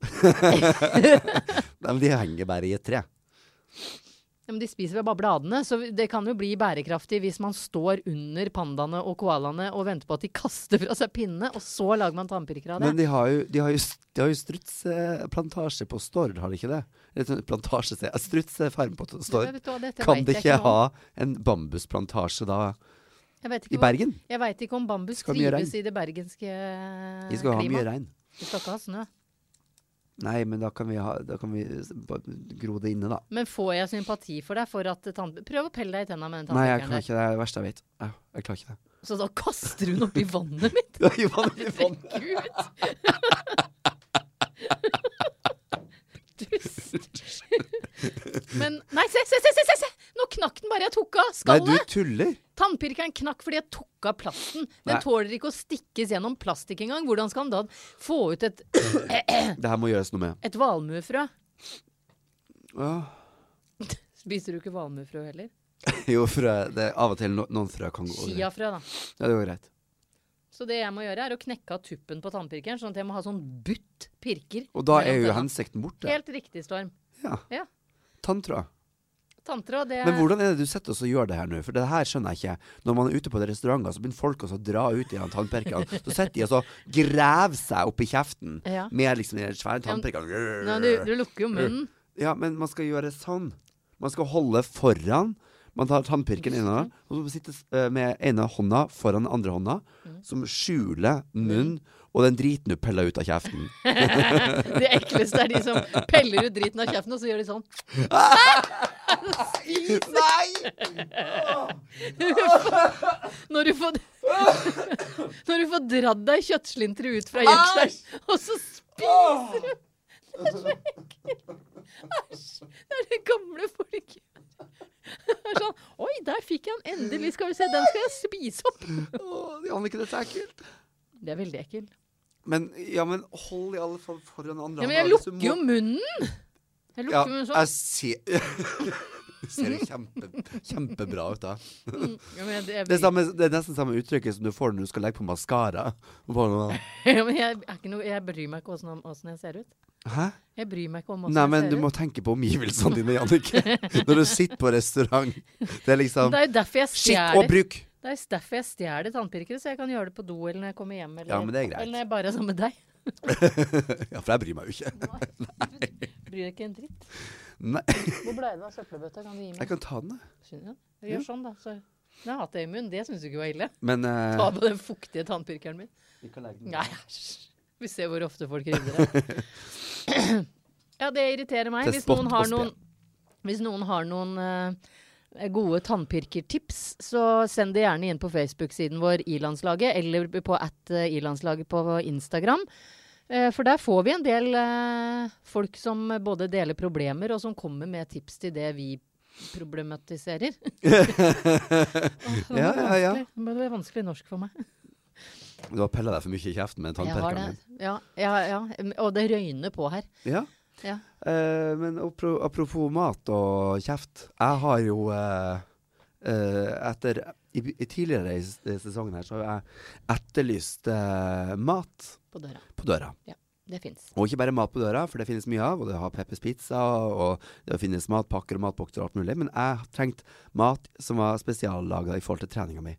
Speaker 2: Nei, men de henger bare i et tre.
Speaker 1: Ja, men de spiser vel bare bladene, så det kan jo bli bærekraftig hvis man står under pandaene og koalaene og venter på at de kaster fra seg pinnene, og så lager man tannpirkere av det.
Speaker 2: Men de har jo, de har jo, s- de har jo strutseplantasje på Stord, har de ikke det? Eller sånn Plantasje, sier jeg. Strutsefarm på Stord.
Speaker 1: Vet du hva, dette
Speaker 2: Kan
Speaker 1: vet
Speaker 2: de
Speaker 1: jeg
Speaker 2: ikke
Speaker 1: noe
Speaker 2: ha
Speaker 1: om.
Speaker 2: en bambusplantasje da
Speaker 1: Jeg vet
Speaker 2: i
Speaker 1: ikke, hvor-
Speaker 2: Bergen?
Speaker 1: jeg vet ikke om bambus
Speaker 2: Skal ha mye
Speaker 1: trives i det bergenske klimaet.
Speaker 2: De skal ha mye regn.
Speaker 1: Vi skal ikke ha snø.
Speaker 2: Nei, men da kan vi, ha, da kan vi s- ba- gro det inne, da.
Speaker 1: Men får jeg sympati for deg for at tann... Prøv å pelle deg i tenna med den
Speaker 2: Nei, jeg klarer
Speaker 1: tannpirkeren der.
Speaker 2: ikke det. Det er det verste jeg vet. Jeg, jeg klarer ikke det. [LAUGHS]
Speaker 1: Så da kaster hun oppi vannet mitt!
Speaker 2: Ja, Ivan, Ivan.
Speaker 1: Gud! Dust.
Speaker 2: [LAUGHS]
Speaker 1: Men Nei, se, se, se! se, se, se. Nå knakk den bare jeg tok av
Speaker 2: Nei, du
Speaker 1: skallet!
Speaker 2: tuller!
Speaker 1: Tannpirkeren knakk fordi jeg tok av plasten. Den
Speaker 2: Nei.
Speaker 1: tåler ikke å stikkes gjennom plastikk engang. Hvordan skal han da få ut et,
Speaker 2: Det her må gjøres noe med.
Speaker 1: et valmuefrø?
Speaker 2: Ja.
Speaker 1: Spiser du ikke valmuefrø heller?
Speaker 2: Jo, frø det, er Av og til no, noen frø kan gå over. Ja,
Speaker 1: Chiafrø, da.
Speaker 2: det går greit.
Speaker 1: Så det jeg må gjøre, er å knekke av tuppen på tannpirkeren, sånn at jeg må ha sånn butt pirker.
Speaker 2: Og da
Speaker 1: mellom
Speaker 2: er jo
Speaker 1: tenna.
Speaker 2: hensikten borte.
Speaker 1: Helt riktig, Storm.
Speaker 2: Ja.
Speaker 1: Ja.
Speaker 2: Tanntråd.
Speaker 1: Tanntråd, det
Speaker 2: Men hvordan er det du sitter og så gjør det her nå? For det her skjønner jeg ikke. Når man er ute på de restauranter, så begynner folk å så dra ut i de tannpirkerne.
Speaker 1: [LAUGHS]
Speaker 2: Så sitter de og så graver seg oppi kjeften
Speaker 1: Ja.
Speaker 2: med liksom de
Speaker 1: Ja, men- Nei,
Speaker 2: svære
Speaker 1: du,
Speaker 2: tannpirkerne.
Speaker 1: du lukker jo munnen.
Speaker 2: Ja, men man skal gjøre sånn. Man skal holde foran. Man tar tannpirken innover,
Speaker 1: Mm.
Speaker 2: og så sitter eh, med ene hånda foran den andre hånda, som skjuler munn Og den driten du peller ut
Speaker 1: [LAUGHS]
Speaker 2: av kjeften.
Speaker 1: Det ekleste er de
Speaker 2: [LAUGHS]
Speaker 1: som peller ut driten av kjeften, og så gjør de sånn.
Speaker 2: Nei!
Speaker 1: Når du får, [LAUGHS] når du får dratt deg kjøttslintre ut fra gjøkselen, og så spiser du! Det er så ekkelt. Æsj. Det er det [LAUGHS] gamle folk gjør. Det er sånn Oi, der fikk jeg den. Endelig, skal vi se. Den skal jeg spise opp.
Speaker 2: Åh, Jannicke, dette er ekkelt.
Speaker 1: Det er veldig ekkelt.
Speaker 2: Men, ja, men hold i alle fall foran andre.
Speaker 1: Ja, men jeg
Speaker 2: Hvis du
Speaker 1: lukker
Speaker 2: må-
Speaker 1: jo munnen. Jeg
Speaker 2: Ja,
Speaker 1: lukker munnen sånn.
Speaker 2: jeg ser [LAUGHS] Du ser jo kjempe, kjempebra ut, da.
Speaker 1: Ja, men jeg,
Speaker 2: Det er,
Speaker 1: jeg,
Speaker 2: samme, det er nesten samme uttrykket som du får når du skal legge på maskara. sånn,
Speaker 1: [LAUGHS] ja, men jeg, er ikke noe, jeg bryr meg ikke åssen åssen jeg ser ut.
Speaker 2: Hæ?
Speaker 1: Jeg bryr meg ikke om åssen
Speaker 2: Nei,
Speaker 1: jeg
Speaker 2: men
Speaker 1: ser
Speaker 2: du
Speaker 1: ut.
Speaker 2: må tenke på omgivelsene dine, Jannicke.
Speaker 1: [LAUGHS]
Speaker 2: Når du sitter på restaurant. Det er liksom
Speaker 1: Det er jo derfor jeg
Speaker 2: Skitt og
Speaker 1: stjeler
Speaker 2: bruk!
Speaker 1: Det er derfor jeg stjeler tannpirkere, så jeg kan gjøre det på do eller når jeg kommer hjem. Eller,
Speaker 2: Ja, men det er greit.
Speaker 1: eller når jeg bare er sammen med deg.
Speaker 2: Ja, for jeg bryr meg jo ikke.
Speaker 1: Bryr deg ikke en dritt.
Speaker 2: Nei,
Speaker 1: Hvor ble det av søppelbøtta? Kan du gi
Speaker 2: jeg
Speaker 1: meg?
Speaker 2: kan ta den, jeg.
Speaker 1: Skjønner du? Gjør sånn, da. Så. Den har jeg hatt det i munnen. Det syns du ikke var ille.
Speaker 2: Men eh,
Speaker 1: Ta på den fuktige tannpirkeren min. Nei, æsj. Vi ser hvor ofte folk rydder det. Ja, det [CLEARS THROAT] irriterer meg.
Speaker 2: Til
Speaker 1: Hvis
Speaker 2: spott
Speaker 1: noen har
Speaker 2: og spe.
Speaker 1: noen, hvis noen, har noen eh, gode tannpirkertips, så send det gjerne inn på Facebook-siden vår I-landslaget, eller på at eh, I-landslaget på Instagram. Eh, For der får vi en del eh, folk som både deler problemer, og som kommer med tips til det vi
Speaker 2: [LAUGHS]
Speaker 1: problematiserer. Åh, det
Speaker 2: Ja,
Speaker 1: var
Speaker 2: ja, ja.
Speaker 1: vanskelig. Det ble vanskelig norsk for meg.
Speaker 2: Du har pella deg for mye i kjeften med
Speaker 1: Jeg har
Speaker 2: tannpirkeren
Speaker 1: det.
Speaker 2: din.
Speaker 1: Ja, ja, ja. Og det røyner på her.
Speaker 2: Ja.
Speaker 1: Ja.
Speaker 2: Eh, men apro- apropos mat og kjeft. Jeg har jo eh, eh, etter i, i Tidligere i, s- i sesongen her så har jeg etterlyst eh, mat
Speaker 1: På døra.
Speaker 2: på døra.
Speaker 1: Det fins.
Speaker 2: Og ikke bare mat på døra, for det finnes mye av. Og det har Peppers Pizza, og det finnes matpakker og matbokser og alt mulig. Men jeg har trengt mat som var spesiallaga i forhold til treninga mi.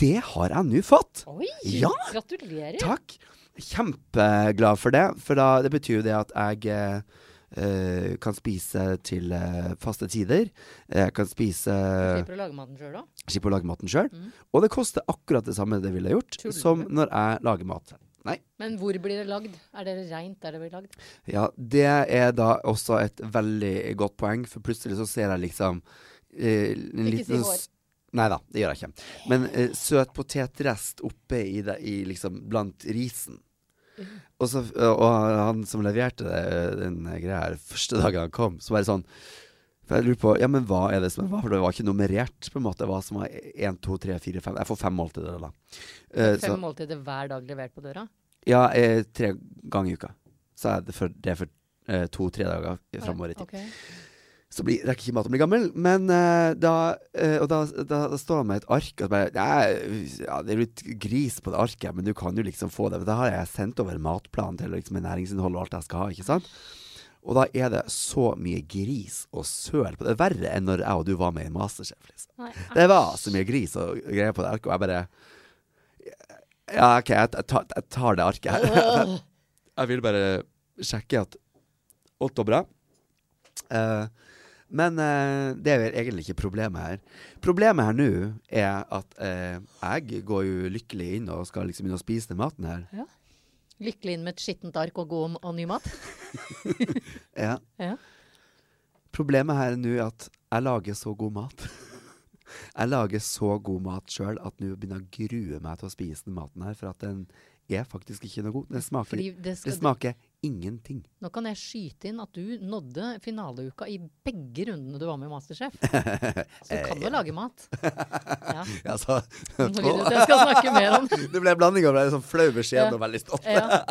Speaker 2: Det har jeg nå fått!
Speaker 1: Oi!
Speaker 2: Ja!
Speaker 1: Gratulerer.
Speaker 2: Takk. Kjempeglad for det. For da, det betyr jo det at jeg eh, eh, kan spise til eh, faste tider. Jeg kan spise
Speaker 1: Slipper å lage maten sjøl òg.
Speaker 2: Slipper å lage maten sjøl.
Speaker 1: Mm.
Speaker 2: Og det koster akkurat det samme det ville gjort
Speaker 1: Tuller du?
Speaker 2: som når jeg lager mat. Nei.
Speaker 1: Men hvor blir det lagd? Er det reint der det blir lagd?
Speaker 2: Ja, det er da også et veldig godt poeng, for plutselig så ser jeg liksom eh, en
Speaker 1: Ikke si
Speaker 2: liten
Speaker 1: hår.
Speaker 2: s- Nei da, det gjør jeg ikke. Men eh, søt potetrest oppe i det, i liksom blant risen. Og, så, og han som leverte det, den greia her første dagen han kom, så var det sånn For jeg lurer på Ja, men hva er det som er hva? For det var ikke nummerert, på en måte, hva som var 1, 2, 3, 4, 5 Jeg får fem måltider, da. Eh,
Speaker 1: Fem
Speaker 2: så,
Speaker 1: måltider hver dag levert på døra?
Speaker 2: ja, eh, tre ganger i uka. Så er det for, det er for eh, to-tre dager framover i tid.
Speaker 1: Ok.
Speaker 2: Så blir, rekker ikke maten å bli gammel. Men eh, da, eh, og da, da, da står han med et ark og bare Nei, ja, det er litt gris på det arket, men du kan jo liksom få det. Men Da har jeg sendt over en matplan til liksom, med næringsinnhold og alt jeg skal ha, ikke sant? Og da er det så mye gris og søl på det. Verre enn når jeg og du var med i Masterchef. Liksom.
Speaker 1: Nei,
Speaker 2: Det var så mye gris og greier på det arket, og jeg bare Ja, OK, jeg, jeg, tar, jeg tar det arket her. jeg vil bare sjekke at alt går bra. Eh, men eh, det er vel egentlig ikke problemet her. Problemet her nå er at eh, jeg går jo lykkelig inn og skal liksom inn og spise den maten her.
Speaker 1: Lykkelig inn med et skittent ark og god og ny mat?
Speaker 2: Ja.
Speaker 1: Ja.
Speaker 2: Problemet her nå er at jeg lager så god mat. [LAUGHS] jeg lager så god mat sjøl at nå begynner jeg å grue meg til å spise den maten her, for at den er faktisk ikke noe god. Den smaker,
Speaker 1: Fordi det
Speaker 2: det
Speaker 1: skal,
Speaker 2: smaker ingenting. [LAUGHS]
Speaker 1: nå kan jeg skyte inn at du nådde finaleuka i begge rundene du var med i
Speaker 2: [LAUGHS]
Speaker 1: Masterchef. Så du
Speaker 2: Eh,
Speaker 1: kan jo lage mat. Ja.
Speaker 2: Altså,
Speaker 1: Nå vil du at jeg skal snakke mer om
Speaker 2: det ble en blanding av en sånn flau beskjed
Speaker 1: Ja.
Speaker 2: og veldig stolt.
Speaker 1: Ja.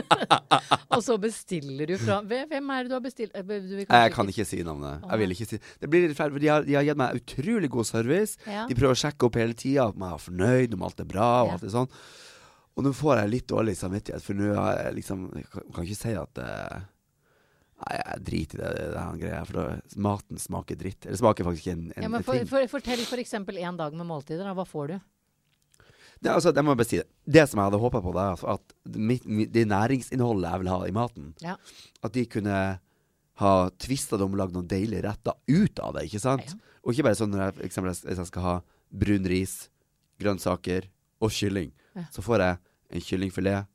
Speaker 1: [LAUGHS] og så bestiller du fra Hvem hvem er det du har bestilt? Eh, Du vil kanskje
Speaker 2: Jeg kan ikke si navnet. Jeg vil ikke si Det blir litt feil, for de har, de har gitt meg utrolig god service.
Speaker 1: Ja.
Speaker 2: De prøver å sjekke opp hele tida om jeg er fornøyd, om alt er bra. Og
Speaker 1: Ja.
Speaker 2: alt det sånn Og nå får jeg litt dårlig samvittighet, for nå har jeg liksom Jeg kan kan ikke si at eh, Nei, jeg driter i det, det, det her greia, for da, maten smaker dritt. Eller smaker faktisk ikke en, en
Speaker 1: ja, men for,
Speaker 2: ting.
Speaker 1: for, Fortell f.eks. For en dag med måltider. Da. Hva får du?
Speaker 2: Det, altså, jeg må bare si det. Det som jeg hadde håpa på, det er at- at mitt, mitt, det næringsinnholdet jeg vil ha i maten,
Speaker 1: Ja.
Speaker 2: at de kunne ha tvista det om og lagd noen deilige retter ut av det, ikke sant?
Speaker 1: Ja, ja.
Speaker 2: Og ikke bare sånn når jeg, for eksempel, hvis jeg skal ha brun ris, grønnsaker og kylling,
Speaker 1: Ja.
Speaker 2: så får jeg en kyllingfilet,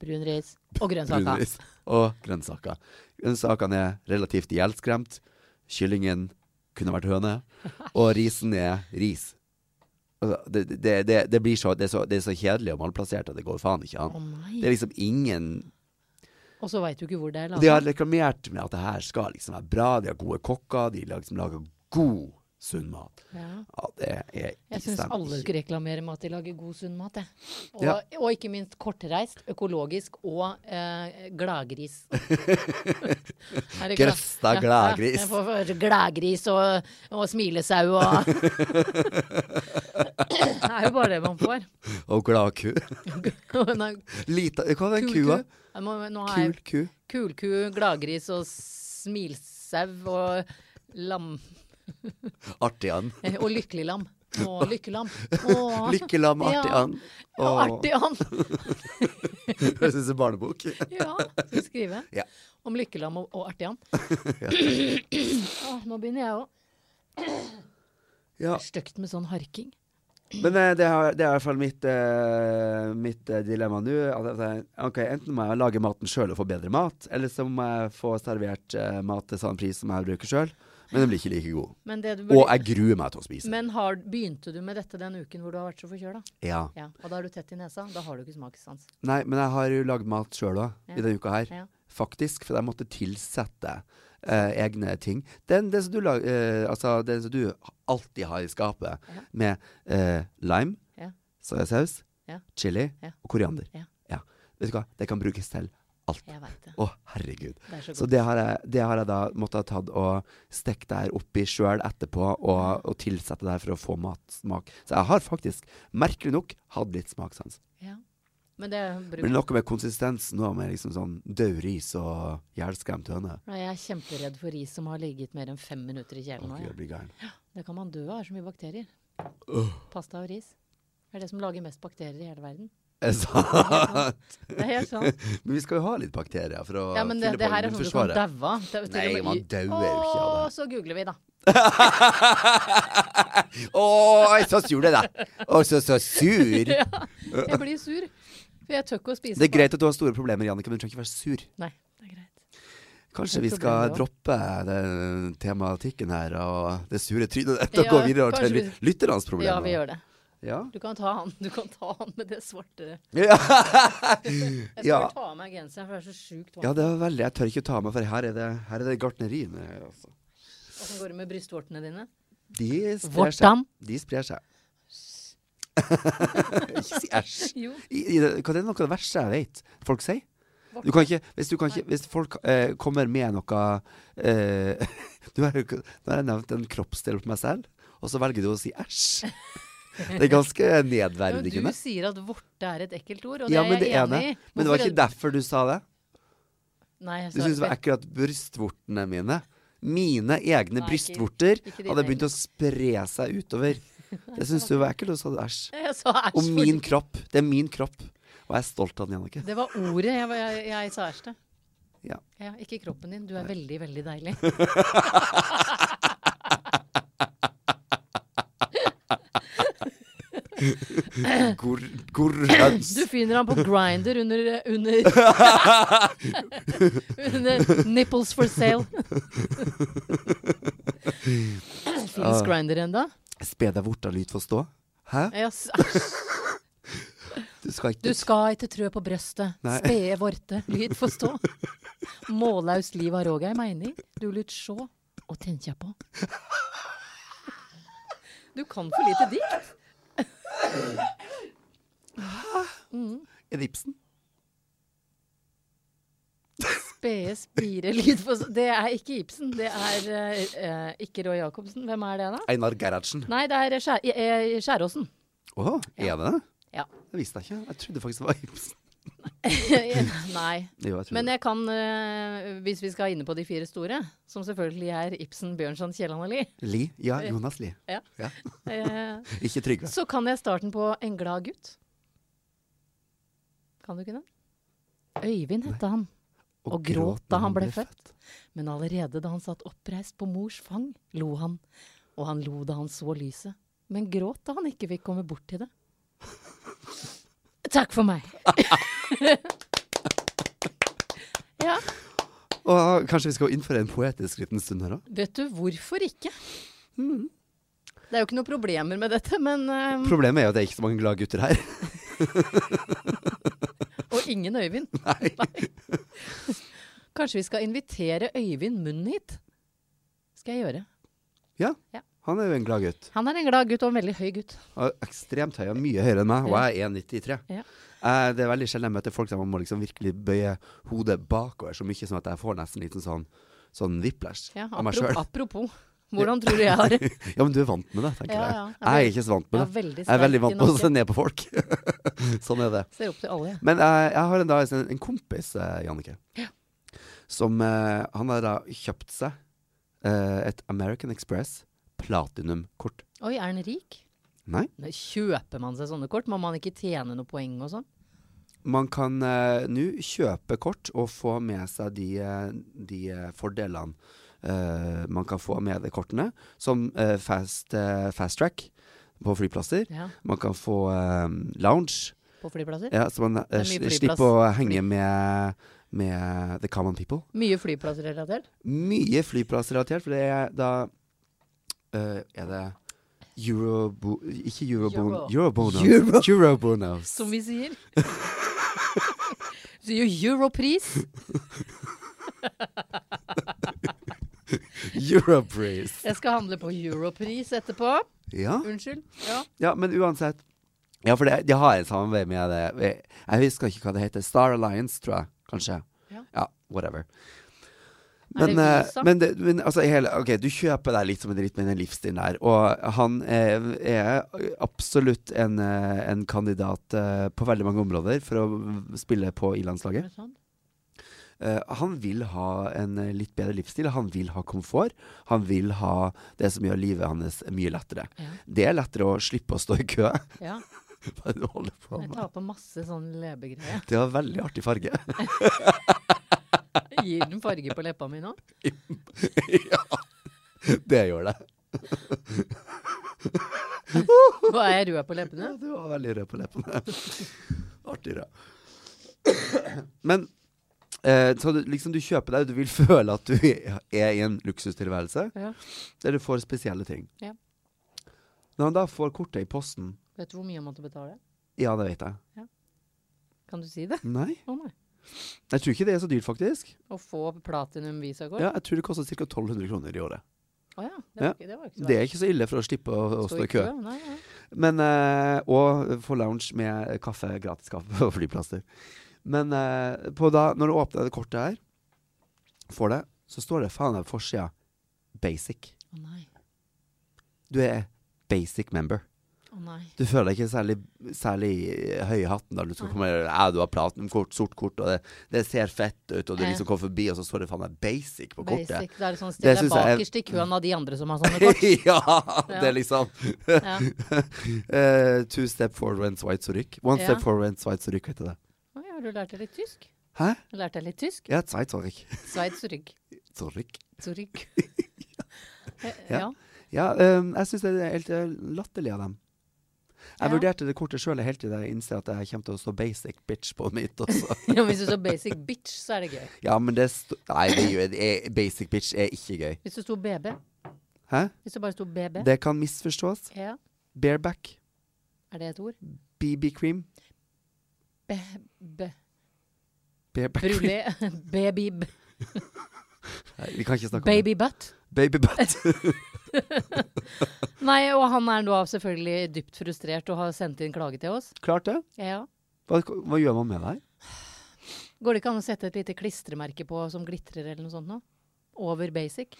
Speaker 1: brun ris og grønnsaker.
Speaker 2: brunris og grønnsaker. Grønnsakene er relativt ihjelskremt. Kyllingen kunne vært høne. Og risen er ris. Altså, Det, det, det, det, blir så, det, er så, det er så kjedelig og malplassert at det går faen ikke
Speaker 1: Å
Speaker 2: an. Det
Speaker 1: nei.
Speaker 2: er liksom ingen
Speaker 1: Og så veit du ikke hvor det er
Speaker 2: De har
Speaker 1: laga.
Speaker 2: reklamert med at det her skal liksom være bra, de har gode kokker, de liksom lager god, sunn mat.
Speaker 1: Ja.
Speaker 2: Ja, det er
Speaker 1: Jeg syns
Speaker 2: stemmer
Speaker 1: alle
Speaker 2: ikke.
Speaker 1: skal reklamere med at de lager god, sunn mat. Jeg. Og,
Speaker 2: Ja.
Speaker 1: og ikke minst kortreist, økologisk og eh,
Speaker 2: [LAUGHS]
Speaker 1: gladgris. Er det glad-
Speaker 2: Grøsta
Speaker 1: Ja,
Speaker 2: gladgris.
Speaker 1: ja, jeg får høre Gladgris og, og smilesau
Speaker 2: [LAUGHS]
Speaker 1: og Det er jo bare det man får.
Speaker 2: Og glad [LAUGHS] ku.
Speaker 1: Nei,
Speaker 2: Lita Hva var den
Speaker 1: kul
Speaker 2: kua?
Speaker 1: ku. Jeg må, nå har
Speaker 2: Kul
Speaker 1: jeg
Speaker 2: ku.
Speaker 1: kulku, gladgris og smilsau og lam. eh,
Speaker 2: Artig and.
Speaker 1: Og lykkelig lam. Å, lykkelam. Å,
Speaker 2: Lykkelam, artig
Speaker 1: Ja.
Speaker 2: and.
Speaker 1: og
Speaker 2: Åh. [LAUGHS]
Speaker 1: artig and.
Speaker 2: Høres ut som
Speaker 1: [LAUGHS]
Speaker 2: barnebok.
Speaker 1: Ja, skal vi skrive?
Speaker 2: Ja.
Speaker 1: Om lykkelam og, og
Speaker 2: [LAUGHS]
Speaker 1: artian. Åh, nå begynner jeg òg.
Speaker 2: Ja,
Speaker 1: Stygt med sånn harking.
Speaker 2: men eh, det, har, det er i hvert fall mitt, eh, mitt eh, dilemma nå. at jeg- Ok, Enten må jeg lage maten sjøl og få bedre mat, eller så må jeg få servert eh, mat til samme pris som jeg bruker sjøl, men den blir ikke like god.
Speaker 1: Men, det du
Speaker 2: Og
Speaker 1: burde,
Speaker 2: jeg gruer meg til å spise.
Speaker 1: men har, begynte du med dette den uken hvor du har vært så forkjøla?
Speaker 2: Ja.
Speaker 1: Ja, og da er du tett i nesa. Da har du ikke smakssans.
Speaker 2: Nei, men jeg har jo lagd mat sjøl òg,
Speaker 1: Ja.
Speaker 2: i denne uka her.
Speaker 1: Ja.
Speaker 2: Faktisk, for jeg måtte tilsette eh, egne ting. Den, den som du lag, eh, altså, den som du alltid har i skapet,
Speaker 1: Ja.
Speaker 2: med eh, lime,
Speaker 1: Ja.
Speaker 2: soyasaus,
Speaker 1: Ja.
Speaker 2: chili
Speaker 1: Ja.
Speaker 2: og koriander.
Speaker 1: Ja.
Speaker 2: Vet du hva, det kan brukes til alt.
Speaker 1: Jeg veit det.
Speaker 2: Å, herregud.
Speaker 1: Det er så
Speaker 2: Så
Speaker 1: godt.
Speaker 2: det har jeg, det har jeg da måttet ha tatt og stekt det her oppi sjøl etterpå, og, og tilsette det her for å få matsmak. Så jeg har faktisk, merkelig nok, hatt litt smakssans.
Speaker 1: Ja. Men det bruker
Speaker 2: Men noe med konsistensen nå, med liksom sånn død ris og ihjelskremt høne.
Speaker 1: Nei, Jeg er kjemperedd for ris som har ligget mer enn fem minutter i
Speaker 2: Å,
Speaker 1: kjelen. nå,
Speaker 2: Gud,
Speaker 1: ja.
Speaker 2: jeg blir gæren.
Speaker 1: Det kan man dø av. Det er så mye bakterier. Pasta og ris. Det er det som lager mest bakterier i hele verden.
Speaker 2: Er det sant?
Speaker 1: Det er helt sant.
Speaker 2: Eh, [LAUGHS] Men vi skal jo ha litt bakterier for å
Speaker 1: Ja, men det,
Speaker 2: fylle
Speaker 1: det
Speaker 2: på
Speaker 1: her er sånn du kan
Speaker 2: immunforsvaret.
Speaker 1: daue av. Det er jo til
Speaker 2: Nei,
Speaker 1: og med-
Speaker 2: man dauer jo ikke av
Speaker 1: Å, så googler vi, da.
Speaker 2: Å, jeg er så sur det
Speaker 1: [LAUGHS]
Speaker 2: da! Å, så, så sur!
Speaker 1: Jeg blir sur. For jeg tør ikke å spise
Speaker 2: Det er greit at du har store problemer, Jannicke, men du trenger ikke være sur.
Speaker 1: på- Nei, det er greit.
Speaker 2: Kanskje vi
Speaker 1: Det er
Speaker 2: skal
Speaker 1: problemet også.
Speaker 2: droppe den tematikken her og det sure trynet ditt og
Speaker 1: Ja,
Speaker 2: gå videre
Speaker 1: kanskje
Speaker 2: til
Speaker 1: vi-
Speaker 2: lytternes problemer.
Speaker 1: Ja, vi gjør det.
Speaker 2: Ja. [LAUGHS]
Speaker 1: Du kan ta han, du kan ta han med det svarte Jeg skal
Speaker 2: Ja.
Speaker 1: ta av meg genseren, for det er så sjukt
Speaker 2: ja,
Speaker 1: varmt.
Speaker 2: det var veldig. Jeg tør ikke ta meg, for her er det, her er det gartneri. med, Altså.
Speaker 1: Åssen går det med brystvortene dine?
Speaker 2: De sprer
Speaker 1: Vortan?
Speaker 2: seg. De sprer
Speaker 1: [LAUGHS]
Speaker 2: seg. ikke si æsj.
Speaker 1: Jo.
Speaker 2: I, i det, hva er det noe av det verste jeg vet folk sier? Du kan ikke, hvis, du kan ikke, hvis folk eh, kommer med noe eh, [LAUGHS] Nå har jeg jo ikke- nå har jeg nevnt en kroppsdel på meg selv, og så velger du å si æsj. Det er ganske
Speaker 1: [LAUGHS] Ja, Du
Speaker 2: nedverdigende.
Speaker 1: sier at vorte er et ekkelt ord, og det
Speaker 2: Ja,
Speaker 1: er
Speaker 2: men det
Speaker 1: jeg enig i.
Speaker 2: ene. Men det var ikke derfor du sa det.
Speaker 1: Nei, jeg
Speaker 2: Du syntes det var ekkelt at brystvortene mine, mine egne
Speaker 1: Nei, ikke-
Speaker 2: brystvorter,
Speaker 1: ikke dine
Speaker 2: hadde begynt å spre seg utover. Det syntes du var ekkelt, og så sa du æsj.
Speaker 1: [LAUGHS] Jeg sa æsj.
Speaker 2: Og
Speaker 1: fordi-
Speaker 2: min kropp. Det er min kropp. Og jeg er stolt av den,
Speaker 1: [LAUGHS]
Speaker 2: Jannicke.
Speaker 1: Det var ordet jeg, var- jeg, jeg sa æsj til.
Speaker 2: Ja.
Speaker 1: Ja, ikke kroppen din. Du er veldig, veldig deilig.
Speaker 2: [LAUGHS] Gor, gor, høns.
Speaker 1: Du finner han på Grinder under under,
Speaker 2: [LAUGHS]
Speaker 1: under Nipples for sale. Fins Grinder enda?
Speaker 2: Spe deg bort av lyd for stå. Hæ?
Speaker 1: Ja, s- æsj.
Speaker 2: Du skal ikke
Speaker 1: Du skal ikke trø på brøstet,
Speaker 2: Nei.
Speaker 1: spede vorte, lyd få stå. Mållaust liv har òg ei meining, du lyt sjå og tenkja på. Du kan for lite dikt.
Speaker 2: Er det Ibsen?
Speaker 1: Spede, spire, lyd få stå. Det er ikke Ibsen, det er eh, eh, ikke Roy Jacobsen. Hvem er det, da?
Speaker 2: Einar Gerhardsen.
Speaker 1: Nei, det er Skjær, eh, Skjæråsen.
Speaker 2: Å, er det det?
Speaker 1: Ja.
Speaker 2: Det visste jeg ikke. Jeg trodde faktisk det var Ibsen.
Speaker 1: [LAUGHS] Nei.
Speaker 2: Jo, jeg trodde
Speaker 1: Men
Speaker 2: det.
Speaker 1: jeg kan, eh, hvis vi skal inne på de fire store, som selvfølgelig er Ibsen, Bjørnson, Kielland og Lie,
Speaker 2: Li? Ja,
Speaker 1: eh,
Speaker 2: Jonas Li.
Speaker 1: Ja.
Speaker 2: Ja.
Speaker 1: eh,
Speaker 2: Ikke Trygve.
Speaker 1: Så kan jeg starten på En glad gutt. Kan du ikke den? Øyvind het han, og gråt da han ble født. men allerede da han satt oppreist på mors fang, lo han. Og han lo da han så lyset, men gråt da han ikke fikk komme bort til det. Takk for meg. [LAUGHS] Ja.
Speaker 2: Og kanskje vi skal innføre en poetisk liten stund her òg?
Speaker 1: Vet du hvorfor ikke? Mm. Det er jo ikke noen problemer med dette, men eh,
Speaker 2: Problemet er jo at det er ikke så mange glade gutter her. [LAUGHS]
Speaker 1: Og ingen Øyvind.
Speaker 2: Nei.
Speaker 1: Kanskje vi skal invitere Øyvind Munn hit? Skal jeg gjøre.
Speaker 2: Ja,
Speaker 1: Ja.
Speaker 2: han er jo en glad gutt.
Speaker 1: Han er en glad gutt og en veldig høy gutt.
Speaker 2: Og Ekstremt høy, og mye høyere enn meg, og jeg er 1,93.
Speaker 1: Ja.
Speaker 2: Eh, det er veldig sjelden jeg møter folk som man må liksom virkelig bøye hodet bakover så mye, sånn at jeg får nesten liten sånn, sånn whiplash
Speaker 1: Ja,
Speaker 2: av meg
Speaker 1: apropos,
Speaker 2: sjøl.
Speaker 1: apropos. Hvordan tror du jeg har det?
Speaker 2: [LAUGHS] Ja, men du er vant med det, tenker
Speaker 1: Ja,
Speaker 2: jeg.
Speaker 1: ja.
Speaker 2: Jeg er ikke så vant med
Speaker 1: Jeg
Speaker 2: det.
Speaker 1: er veldig
Speaker 2: Jeg er
Speaker 1: sterk
Speaker 2: veldig
Speaker 1: i
Speaker 2: vant på å se
Speaker 1: nakken.
Speaker 2: ned på folk. [LAUGHS] sånn er det.
Speaker 1: Ser opp til alle, jeg.
Speaker 2: Men eh, jeg har en, dag, en, en kompis, eh, Jannike, som eh, han har da kjøpt seg eh, et American Express platinum-kort.
Speaker 1: Oi, er han rik?
Speaker 2: Nei.
Speaker 1: Nei, Kjøper man seg sånne kort? Må man ikke tjene noe poeng og sånn?
Speaker 2: Man kan eh, nå kjøpe kort og få med seg de, eh, de eh, fordelene eh, man kan få med de kortene, som eh, fast, eh, fast track på flyplasser.
Speaker 1: Ja,
Speaker 2: Man kan få eh, lounge.
Speaker 1: På flyplasser?
Speaker 2: Ja, så man eh,
Speaker 1: Det er mye
Speaker 2: sli-
Speaker 1: flyplass.
Speaker 2: slipper å henge med, med the common people.
Speaker 1: Mye flyplassrelatert?
Speaker 2: Mye flyplassrelatert, for det er da eh, Er det Eurobo... Ikke Eurobon... Eurobonus.
Speaker 1: Euro.
Speaker 2: Eurobonus.
Speaker 1: Som vi sier. [LAUGHS] Sier jo Europris.
Speaker 2: Europris.
Speaker 1: Jeg skal handle på Europris etterpå.
Speaker 2: Ja.
Speaker 1: Unnskyld. Ja.
Speaker 2: ja, men uansett. Ja, for det, de har et samarbeid med det Jeg husker ikke hva det heter. Star Alliance, tror jeg. Kanskje.
Speaker 1: Ja.
Speaker 2: whatever.
Speaker 1: Er
Speaker 2: Men,
Speaker 1: det
Speaker 2: eh,
Speaker 1: Visa?
Speaker 2: men, det, men altså, hele, ok, du kjøper deg litt som en dritt med den livsstilen der, og han er, er absolutt en, eh, en kandidat eh, på veldig mange områder for å spille på
Speaker 1: Er
Speaker 2: I-landslaget.
Speaker 1: det sånn?
Speaker 2: Eh, han vil ha en eh, litt bedre livsstil, han vil ha komfort, han vil ha det som gjør livet hans mye lettere.
Speaker 1: Ja.
Speaker 2: Det er lettere å slippe å stå i kø.
Speaker 1: ja.
Speaker 2: Hva er det du holder på
Speaker 1: Jeg
Speaker 2: med?
Speaker 1: tar på masse sånn leppegreier.
Speaker 2: Det var veldig artig farge. [LAUGHS]
Speaker 1: Gir den farge på leppa mi nå?
Speaker 2: ja, det gjør det.
Speaker 1: Og er jeg rød på leppene?
Speaker 2: Ja, du var veldig rød på leppene. [LAUGHS] Artig rød. [CLEARS THROAT] Men eh, så du, liksom du kjøper deg, du vil [LAUGHS] føle at du er i en luksustilværelse
Speaker 1: Ja.
Speaker 2: der du får spesielle ting.
Speaker 1: Ja.
Speaker 2: Når han da får kortet i posten
Speaker 1: Vet du hvor mye jeg måtte betale?
Speaker 2: Ja, det vet jeg.
Speaker 1: Kan du si det?
Speaker 2: Nei.
Speaker 1: Å nei.
Speaker 2: Jeg tror ikke det er så dyrt, faktisk.
Speaker 1: Å få platinum visakort?
Speaker 2: Ja, jeg tror det koster ca. 1200 kroner i året.
Speaker 1: Å ja. Det var,
Speaker 2: Ja.
Speaker 1: ikke- det var ikke så
Speaker 2: Det er ikke så ille for å slippe å, å
Speaker 1: verst.
Speaker 2: stå i kø.
Speaker 1: Nei, nei.
Speaker 2: Men, eh, og få lounge med kaffe, gratis kaffe på flyplasser. Men eh, på da, når du åpner det kortet her, får det, så står det faen meg på forsida basic.
Speaker 1: Å nei.
Speaker 2: Du er basic member.
Speaker 1: Å nei.
Speaker 2: Du føler deg ikke særlig, særlig høy i hatten da du skal komme ja, du har platinumkort, sort kort, og det, det ser fett ut, og du
Speaker 1: Ja.
Speaker 2: liksom kommer forbi, og så står det faen meg basic på kortet. [LAUGHS]
Speaker 1: Basic. Da er det sånn
Speaker 2: Det
Speaker 1: still deg
Speaker 2: synes jeg er-
Speaker 1: bakerst i køen av de andre som har sånne
Speaker 2: [LAUGHS]
Speaker 1: kort.
Speaker 2: ja, det er liksom
Speaker 1: Ja.
Speaker 2: eh, Two step forward and white så rykk. One
Speaker 1: Ja.
Speaker 2: step forward and white så rykk, heter det.
Speaker 1: Oi, har du lært deg litt tysk?
Speaker 2: Hæ?
Speaker 1: Lært deg litt tysk?
Speaker 2: Ja, Zeit Zorich.
Speaker 1: Sveits rygg.
Speaker 2: Zorich.
Speaker 1: [LAUGHS] Zurich.
Speaker 2: Ja.
Speaker 1: Eh, ja.
Speaker 2: Ja, øhm, jeg syns det er helt øh, latterlig av dem. Jeg
Speaker 1: Ja.
Speaker 2: vurderte det kortet sjøl helt til jeg innser at jeg kommer til å stå basic bitch på mitt også. [LAUGHS]
Speaker 1: ja. Hvis du står basic bitch, så er det gøy.
Speaker 2: ja, men det sto Nei, det er, jo- det er, basic bitch er ikke gøy.
Speaker 1: Hvis du sto BB.
Speaker 2: Hæ?
Speaker 1: Hvis du bare sto BB.
Speaker 2: Det kan misforstås.
Speaker 1: Ja.
Speaker 2: Bareback.
Speaker 1: Er det et ord?
Speaker 2: BB cream.
Speaker 1: Be, be,
Speaker 2: Bareback cream.
Speaker 1: brulé. [LAUGHS] Baby, b-
Speaker 2: Nei, vi kan ikke snakke om det.
Speaker 1: baby butt.
Speaker 2: Baby butt. [LAUGHS]
Speaker 1: Nei, og han er nå selvfølgelig dypt frustrert og har sendt inn klage til oss.
Speaker 2: Klart det.
Speaker 1: Ja.
Speaker 2: Hva, hva gjør man med det her?
Speaker 1: Går det ikke an å sette et lite klistremerke på som glitrer eller noe sånt nå? Over basic?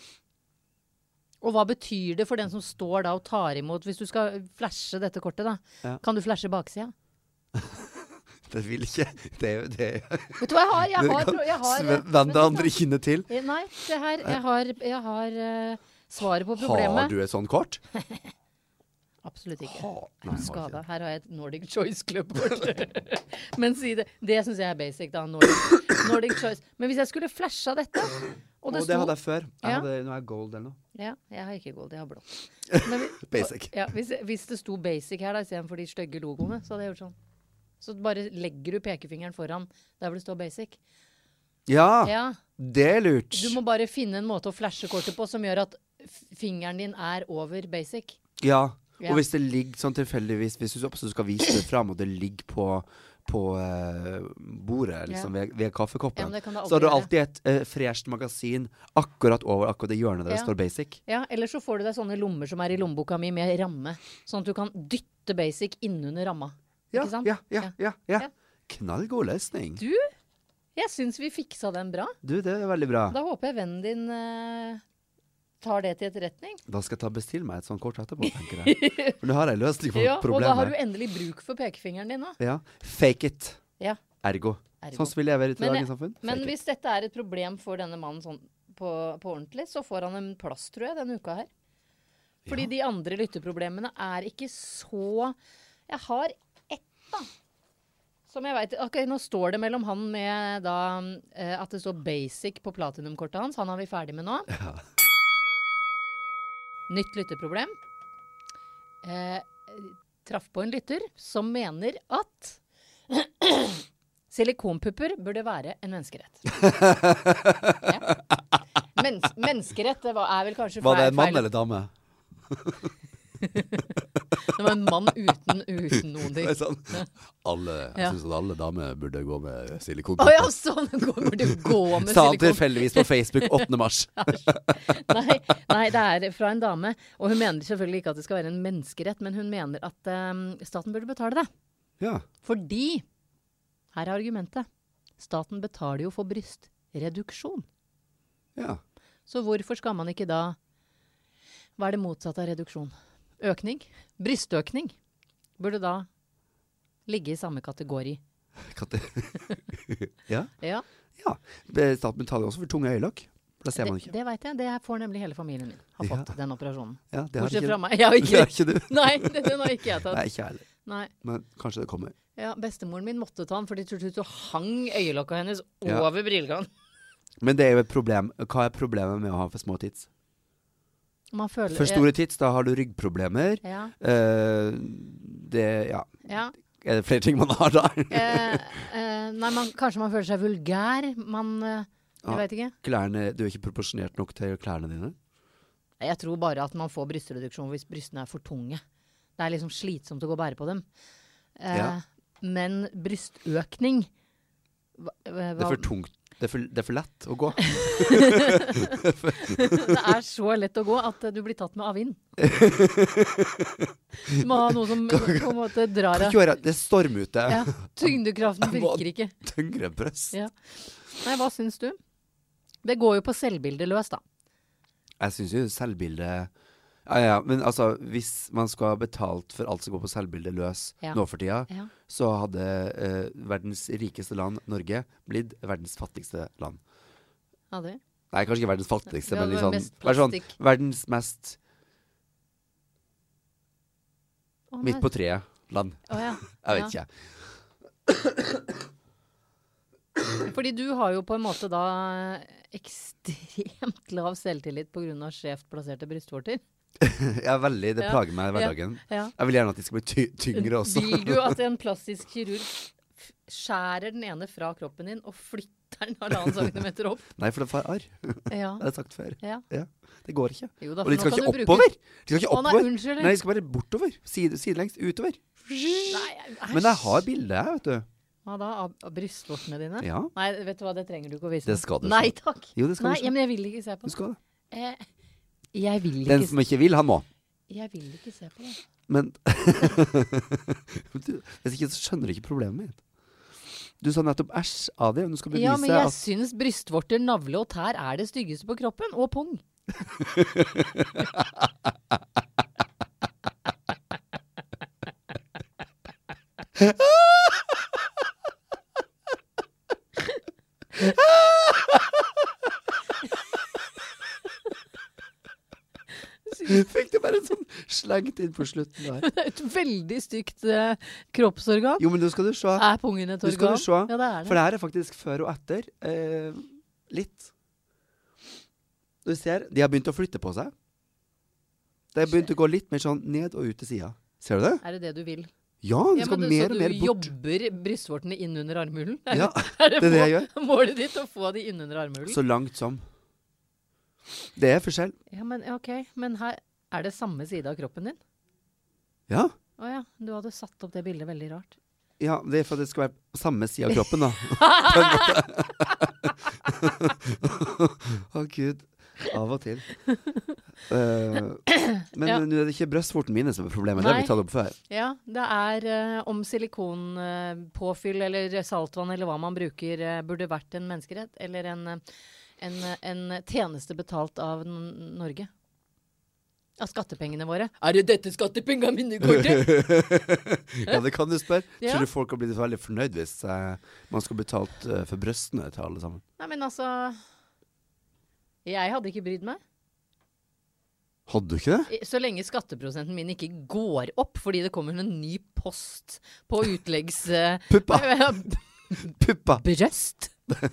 Speaker 1: Og hva betyr det for den som står da og tar imot, hvis du skal flashe dette kortet, da?
Speaker 2: Ja.
Speaker 1: Kan du flashe baksida?
Speaker 2: Det vil ikke Det er jo det er jo-
Speaker 1: Vet du hva jeg har? Jeg har,
Speaker 2: Det kan
Speaker 1: jeg har
Speaker 2: sve- Vend det andre kinnet til.
Speaker 1: Eh, Nei, det her, jeg har, jeg har eh, svaret på
Speaker 2: Har
Speaker 1: problemet.
Speaker 2: du et sånt kort?
Speaker 1: Absolutt ikke.
Speaker 2: Har,
Speaker 1: Jeg er skada. Her har jeg et Nordic Choice Club-kort. [LAUGHS] Men si det. Det syns jeg er basic, da. Nordic, Nordic Choice. Men hvis jeg skulle flasha dette, og
Speaker 2: Og
Speaker 1: det
Speaker 2: det hadde
Speaker 1: sto
Speaker 2: jeg før. Jeg
Speaker 1: Ja.
Speaker 2: hadde, nå er jeg gold eller noe.
Speaker 1: Ja, jeg har ikke gold, jeg har blått. Men vi-
Speaker 2: Basic.
Speaker 1: Ja, hvis, hvis det sto basic her da, istedenfor de stygge logoene, så hadde jeg gjort sånn. Så bare legger du pekefingeren foran der hvor det står basic.
Speaker 2: Ja,
Speaker 1: Ja.
Speaker 2: det er lurt.
Speaker 1: Du må bare finne en måte å flashe kortet på som gjør at f- fingeren din er over basic.
Speaker 2: Ja.
Speaker 1: Ja.
Speaker 2: Og hvis det ligger sånn tilfeldigvis Hvis du absolutt skal vise det fram, og det ligger på, på eh, bordet liksom, ved,
Speaker 1: Ja,
Speaker 2: ved kaffekoppen,
Speaker 1: men det kan det
Speaker 2: så har du
Speaker 1: gjøre.
Speaker 2: alltid et uh, fresht magasin akkurat over akkurat det hjørnet der det
Speaker 1: Ja.
Speaker 2: står basic.
Speaker 1: Ja, eller så får du deg sånne lommer som er i lommeboka mi med ramme, sånn at du kan dytte basic innunder ramma.
Speaker 2: Ja,
Speaker 1: Ikke sant?
Speaker 2: ja, ja,
Speaker 1: Ja.
Speaker 2: ja, ja.
Speaker 1: Ja.
Speaker 2: Knallgod løsning.
Speaker 1: Du, jeg syns vi fiksa den bra.
Speaker 2: Du, det er veldig bra.
Speaker 1: Da håper jeg vennen din eh, tar det til etterretning.
Speaker 2: Da skal jeg ta bestille meg et sånt kort etterpå, tenker jeg.
Speaker 1: [LAUGHS]
Speaker 2: For nå har jeg løsning på
Speaker 1: Ja, og da har du
Speaker 2: problemet.
Speaker 1: endelig bruk for pekefingeren din, da.
Speaker 2: Ja. Fake it.
Speaker 1: Ja,
Speaker 2: Ergo.
Speaker 1: ergo.
Speaker 2: Sånn som vi lever i
Speaker 1: Men jeg-
Speaker 2: dagens samfunn.
Speaker 1: Men
Speaker 2: Fake it.
Speaker 1: hvis dette er et problem for denne mannen sånn på, på ordentlig, så får han en plass, tror jeg, denne uka her. Fordi de andre lytteproblemene er ikke så Jeg har ett, da. Som jeg veit Ok, nå står det mellom han med da eh, at det står 'basic' på platinumkortet hans. Han er vi ferdig med nå.
Speaker 2: Ja.
Speaker 1: Nytt lytterproblem. Eh, traff på en lytter som mener at [CLEARS THROAT] silikonpupper burde være en menneskerett. ja. Mens menneskerett det var, er vel kanskje
Speaker 2: Var det
Speaker 1: feil-
Speaker 2: en mann
Speaker 1: feil-
Speaker 2: eller dame?
Speaker 1: Det var en mann uten, uten noen
Speaker 2: Det [LAUGHS]
Speaker 1: ting.
Speaker 2: er sånn. Alle,
Speaker 1: Ja.
Speaker 2: jeg syns at alle damer burde gå med
Speaker 1: Å
Speaker 2: silikonpupper.
Speaker 1: ja, sånn går det å gå med
Speaker 2: [LAUGHS] Sa han
Speaker 1: silikon.
Speaker 2: tilfeldigvis på Facebook
Speaker 1: [LAUGHS]
Speaker 2: 8. mars.
Speaker 1: Nei, nei, det er fra en dame. Og hun mener selvfølgelig ikke at det skal være en menneskerett, men hun mener at eh, staten burde betale det.
Speaker 2: Ja.
Speaker 1: Fordi Her er argumentet. Staten betaler jo for brystreduksjon.
Speaker 2: ja.
Speaker 1: Så hvorfor skal man ikke da Hva er det motsatte av reduksjon? Økning? Brystøkning burde da ligge i samme kategori.
Speaker 2: Katte. ja.
Speaker 1: Ja,
Speaker 2: ja. Be- Staten betaler også for tunge øyelokk. Det ser
Speaker 1: det,
Speaker 2: man ikke.
Speaker 1: det veit jeg. Det får nemlig hele familien min. Har
Speaker 2: Ja.
Speaker 1: fått den operasjonen.
Speaker 2: Ja, det har
Speaker 1: Bortsett
Speaker 2: ikke,
Speaker 1: fra meg. Jeg har
Speaker 2: [LAUGHS] det har
Speaker 1: ikke
Speaker 2: ikke
Speaker 1: [LAUGHS]
Speaker 2: du.
Speaker 1: Nei, den den har ikke jeg
Speaker 2: Nei,
Speaker 1: tatt.
Speaker 2: ikke jeg heller.
Speaker 1: Nei.
Speaker 2: Men kanskje det kommer.
Speaker 1: Ja, bestemoren min måtte ta den, fordi til slutt så hang øyelokka hennes
Speaker 2: Ja.
Speaker 1: over brillekanten.
Speaker 2: Men det er jo et problem. Hva er problemet med å ha for små tits?
Speaker 1: Man føler
Speaker 2: For store tits, da har du ryggproblemer.
Speaker 1: Ja.
Speaker 2: Eh, det Ja.
Speaker 1: ja.
Speaker 2: Er det flere ting man har da? [LAUGHS]
Speaker 1: Eh, eh, nei, man, kanskje man føler seg vulgær. Man eh,
Speaker 2: Ja.
Speaker 1: Jeg veit ikke.
Speaker 2: Klærne Du er ikke proporsjonert nok til klærne dine?
Speaker 1: Jeg tror bare at man får brystreduksjon hvis brystene er for tunge. Det er liksom slitsomt å gå og bære på dem. Eh,
Speaker 2: Ja.
Speaker 1: Men brystøkning hva, eh, hva, [LAUGHS]
Speaker 2: Det er for tungt. Det er for, det er for lett å gå.
Speaker 1: det er så lett å gå at eh, du blir tatt med avvind. Du må ha noe som på en måte drar
Speaker 2: Kan
Speaker 1: av.
Speaker 2: ikke være, det er storm ute.
Speaker 1: Ja, tyngdekraften virker ikke.
Speaker 2: Tyngre brøst.
Speaker 1: Ja. Nei, hva syns du? Det går jo på selvbildet løs, da.
Speaker 2: Jeg syns jo selvbildet ja, ja, Men altså, hvis man skulle ha betalt for alt som går på selvbildet løs
Speaker 1: Ja.
Speaker 2: nå for tida,
Speaker 1: Ja.
Speaker 2: så hadde eh, verdens rikeste land, Norge, blitt verdens fattigste land.
Speaker 1: Ja, det.
Speaker 2: Nei, kanskje ikke verdens fattigste,
Speaker 1: Ja,
Speaker 2: men
Speaker 1: det
Speaker 2: liksom
Speaker 1: mest
Speaker 2: vær sånn,
Speaker 1: plastikk.
Speaker 2: verdens mest
Speaker 1: Å,
Speaker 2: midt
Speaker 1: nei.
Speaker 2: på treet-land.
Speaker 1: Å, ja.
Speaker 2: Jeg vet ikke. [LAUGHS]
Speaker 1: Fordi du har jo på en måte da ekstremt lav selvtillit pga. skjevt plasserte brystvorter.
Speaker 2: Jeg er veldig, Det
Speaker 1: Ja.
Speaker 2: plager meg i hverdagen. Jeg vil gjerne at de skal bli ty tyngre også.
Speaker 1: [LAUGHS] Vil du at en plastisk kirurg f- skjærer den ene fra kroppen din og flytter den halvannen centimeter opp?
Speaker 2: Nei, for det får arr. [LAUGHS] Det
Speaker 1: Ja.
Speaker 2: har jeg sagt før.
Speaker 1: ja.
Speaker 2: Ja, Det går ikke.
Speaker 1: Jo da,
Speaker 2: Og de
Speaker 1: for
Speaker 2: skal
Speaker 1: nå kan du
Speaker 2: ikke
Speaker 1: bruke-
Speaker 2: oppover! De skal ikke
Speaker 1: Å, nei,
Speaker 2: oppover.
Speaker 1: unnskyld.
Speaker 2: Nei, de skal bare bortover. Side, sidelengs. Utover.
Speaker 1: Nei, æsj.
Speaker 2: Men jeg har bilde, jeg, vet du.
Speaker 1: Hva da? Av, av brystvortene dine?
Speaker 2: Ja.
Speaker 1: Nei, vet du hva, det trenger du ikke å vise.
Speaker 2: Det
Speaker 1: meg.
Speaker 2: skal du
Speaker 1: Nei
Speaker 2: se.
Speaker 1: takk.
Speaker 2: Jo, det skal
Speaker 1: Nei,
Speaker 2: du se.
Speaker 1: ja, men jeg vil ikke se på
Speaker 2: Du
Speaker 1: det.
Speaker 2: skal det.
Speaker 1: Eh, jeg vil ikke,
Speaker 2: Den som ikke vil, han må.
Speaker 1: se- jeg vil ikke se på det.
Speaker 2: Men [LAUGHS] du, Hvis ikke, så skjønner du ikke problemet mitt. Du sa nettopp 'æsj' av det, og du skal bevise
Speaker 1: Ja, men jeg
Speaker 2: at [LAUGHS]
Speaker 1: syns brystvorter, navle og tær er det styggeste på kroppen. Og pung. [LAUGHS]
Speaker 2: Fikk du bare en sånn slengt inn på slutten
Speaker 1: [LAUGHS]
Speaker 2: der.
Speaker 1: Det er et veldig stygt eh, kroppsorgan.
Speaker 2: Jo, men nå skal du se.
Speaker 1: Er pungen et
Speaker 2: Nå skal
Speaker 1: organ?
Speaker 2: du se.
Speaker 1: Ja, det er det.
Speaker 2: For det her er faktisk før og etter. Eh, litt. Du ser, de har begynt å flytte på seg. Det har begynt å gå litt mer sånn ned og ut til sida. Ser du det?
Speaker 1: Er det det du vil?
Speaker 2: Ja, du
Speaker 1: Ja,
Speaker 2: skal
Speaker 1: men det-
Speaker 2: mer og mer
Speaker 1: Så du
Speaker 2: bort.
Speaker 1: jobber brystvortene inn under armhulen? [LAUGHS]
Speaker 2: Ja,
Speaker 1: er
Speaker 2: det er det jeg
Speaker 1: må- [LAUGHS] Målet ditt å få de inn under armhulen?
Speaker 2: Så langt som. Det er forskjell.
Speaker 1: Ja, men ja, ok. Men her er det samme side av kroppen din?
Speaker 2: Ja.
Speaker 1: Å ja. Du hadde satt opp det bildet veldig rart.
Speaker 2: ja. Det er for at det skal være på samme side av kroppen, da. [LAUGHS] Å, gud. Av og til. Eh, men
Speaker 1: Ja.
Speaker 2: nå er det ikke brystvortene mine som er problemet. Det har
Speaker 1: Nei.
Speaker 2: vi tatt opp før.
Speaker 1: Ja, det er eh, om silikonpåfyll eller saltvann eller hva man bruker eh, burde vært en menneskerett eller en, eh, en, eh, en tjeneste betalt av N- Norge. Av skattepengene våre. Er det dette skattepengene mine går til?
Speaker 2: [LAUGHS] ja, det kan du spørre.
Speaker 1: Ja.
Speaker 2: Tror du folk har blitt veldig fornøyd hvis eh, man skal betalt eh, for brystene til alle sammen?
Speaker 1: [LAUGHS] Nei, men altså Jeg hadde ikke brydd meg.
Speaker 2: Hadde du ikke det?
Speaker 1: I- Så lenge skatteprosenten min ikke går opp fordi det kommer en ny post på utleggs... [LAUGHS] eh,
Speaker 2: Puppa! Puppa!
Speaker 1: Brøst. [LAUGHS]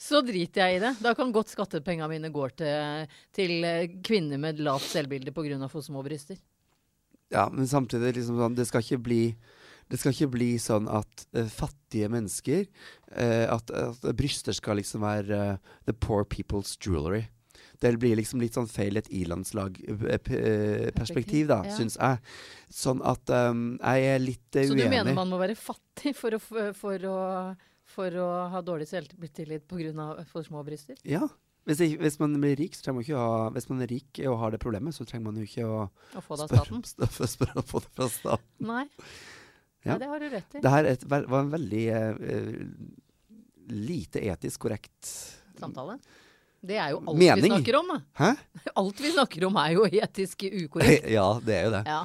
Speaker 1: så driter jeg i det. Da kan godt skattepengene mine går til, til eh, kvinner med lavt selvbilde pga. for små bryster.
Speaker 2: Ja, men samtidig liksom sånn, det skal ikke bli det skal ikke bli sånn at eh, fattige mennesker eh, at, at bryster skal liksom være eh, the poor people's jewelry. Det blir liksom litt sånn feil i et eh,
Speaker 1: Perspektiv,
Speaker 2: i-landslag-perspektiv, da,
Speaker 1: ja.
Speaker 2: syns jeg. Sånn at ehm, jeg er litt eh,
Speaker 1: Så du
Speaker 2: uenig.
Speaker 1: mener man må være fattig for å, f- for å, for å ha dårlig selvtillit pga. for små bryster?
Speaker 2: Ja. Hvis, ikke, hvis man blir rik, så trenger man ikke å ha Hvis man er rik og har det problemet, så trenger man jo ikke å
Speaker 1: Å få det av
Speaker 2: spørre
Speaker 1: staten?
Speaker 2: [LAUGHS] spørre- spørre om å få det fra staten.
Speaker 1: Nei.
Speaker 2: Ja.
Speaker 1: Nei, det har du rett i.
Speaker 2: Det her er et, vel- var en veldig eh, eh, lite etisk korrekt
Speaker 1: Samtale. Det er jo alt vi
Speaker 2: Mening.
Speaker 1: snakker om. da.
Speaker 2: Hæ?
Speaker 1: Alt vi snakker om er jo [LAUGHS] etisk ukorrekt.
Speaker 2: [LAUGHS] ja, det er jo det.
Speaker 1: Ja.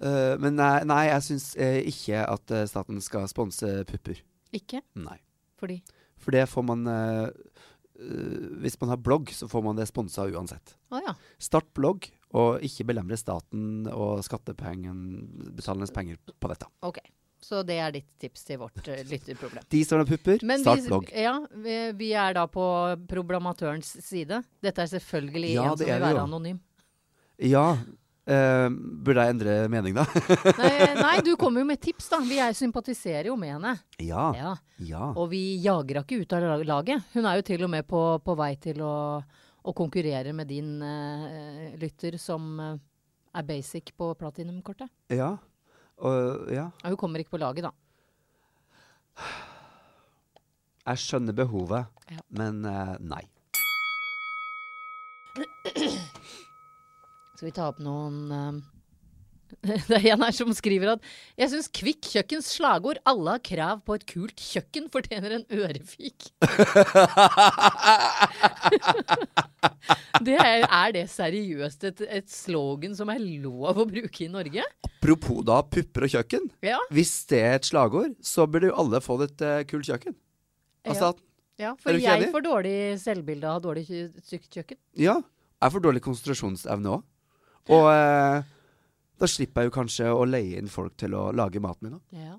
Speaker 2: Eh, men nei, nei jeg syns eh, ikke at eh, staten skal sponse pupper.
Speaker 1: Ikke
Speaker 2: Nei.
Speaker 1: fordi
Speaker 2: For det får man eh, eh, Hvis man har blogg, så får man det sponsa uansett.
Speaker 1: Å ja.
Speaker 2: Start blogg, og ikke belemre staten og skattebetalernes penger på dette.
Speaker 1: Ok. Så det er ditt tips til vårt eh,
Speaker 2: [LAUGHS]
Speaker 1: lytterproblem.
Speaker 2: De som har pupper,
Speaker 1: Men
Speaker 2: start
Speaker 1: vi,
Speaker 2: blogg.
Speaker 1: ja, vi, vi er da på problematørens side. Dette er selvfølgelig
Speaker 2: Ja,
Speaker 1: en som
Speaker 2: det
Speaker 1: vil
Speaker 2: er vi
Speaker 1: være
Speaker 2: jo. [LAUGHS]
Speaker 1: anonym.
Speaker 2: Ja. eh, burde jeg endre mening, da? [LAUGHS]
Speaker 1: Nei, nei, du kommer jo med tips, da. Vi er, sympatiserer jo med henne.
Speaker 2: ja.
Speaker 1: Ja.
Speaker 2: Ja.
Speaker 1: Og vi jager henne ikke ut av la- laget. Hun er jo til og med på, på vei til å, å konkurrere med din eh, lytter som eh, er basic på platinumkortet.
Speaker 2: Ja. Og, ja.
Speaker 1: Ja, Hun kommer ikke på laget, da.
Speaker 2: Jeg skjønner behovet,
Speaker 1: Ja.
Speaker 2: men eh, nei.
Speaker 1: Skal vi ta opp noen eh, [LAUGHS] Det er en her som skriver at jeg syns Kvikk kjøkkens slagord 'Alle har krav på et kult kjøkken' fortjener en ørefik. [LAUGHS] det er, er det seriøst et, et slogan som er lov å bruke i Norge?
Speaker 2: Apropos da pupper og kjøkken.
Speaker 1: Ja.
Speaker 2: Hvis det er et slagord, så burde jo alle fått et eh, kult kjøkken.
Speaker 1: Ja.
Speaker 2: Altså at
Speaker 1: ja
Speaker 2: Er
Speaker 1: for
Speaker 2: du ikke
Speaker 1: jeg
Speaker 2: enig?
Speaker 1: får dårlig selvbilde av dårlig kjø- stygt kjøkken.
Speaker 2: Ja. Jeg får dårlig konsentrasjonsevne òg. Og eh, da slipper jeg jo kanskje å leie inn folk til å lage maten min òg.
Speaker 1: Ja.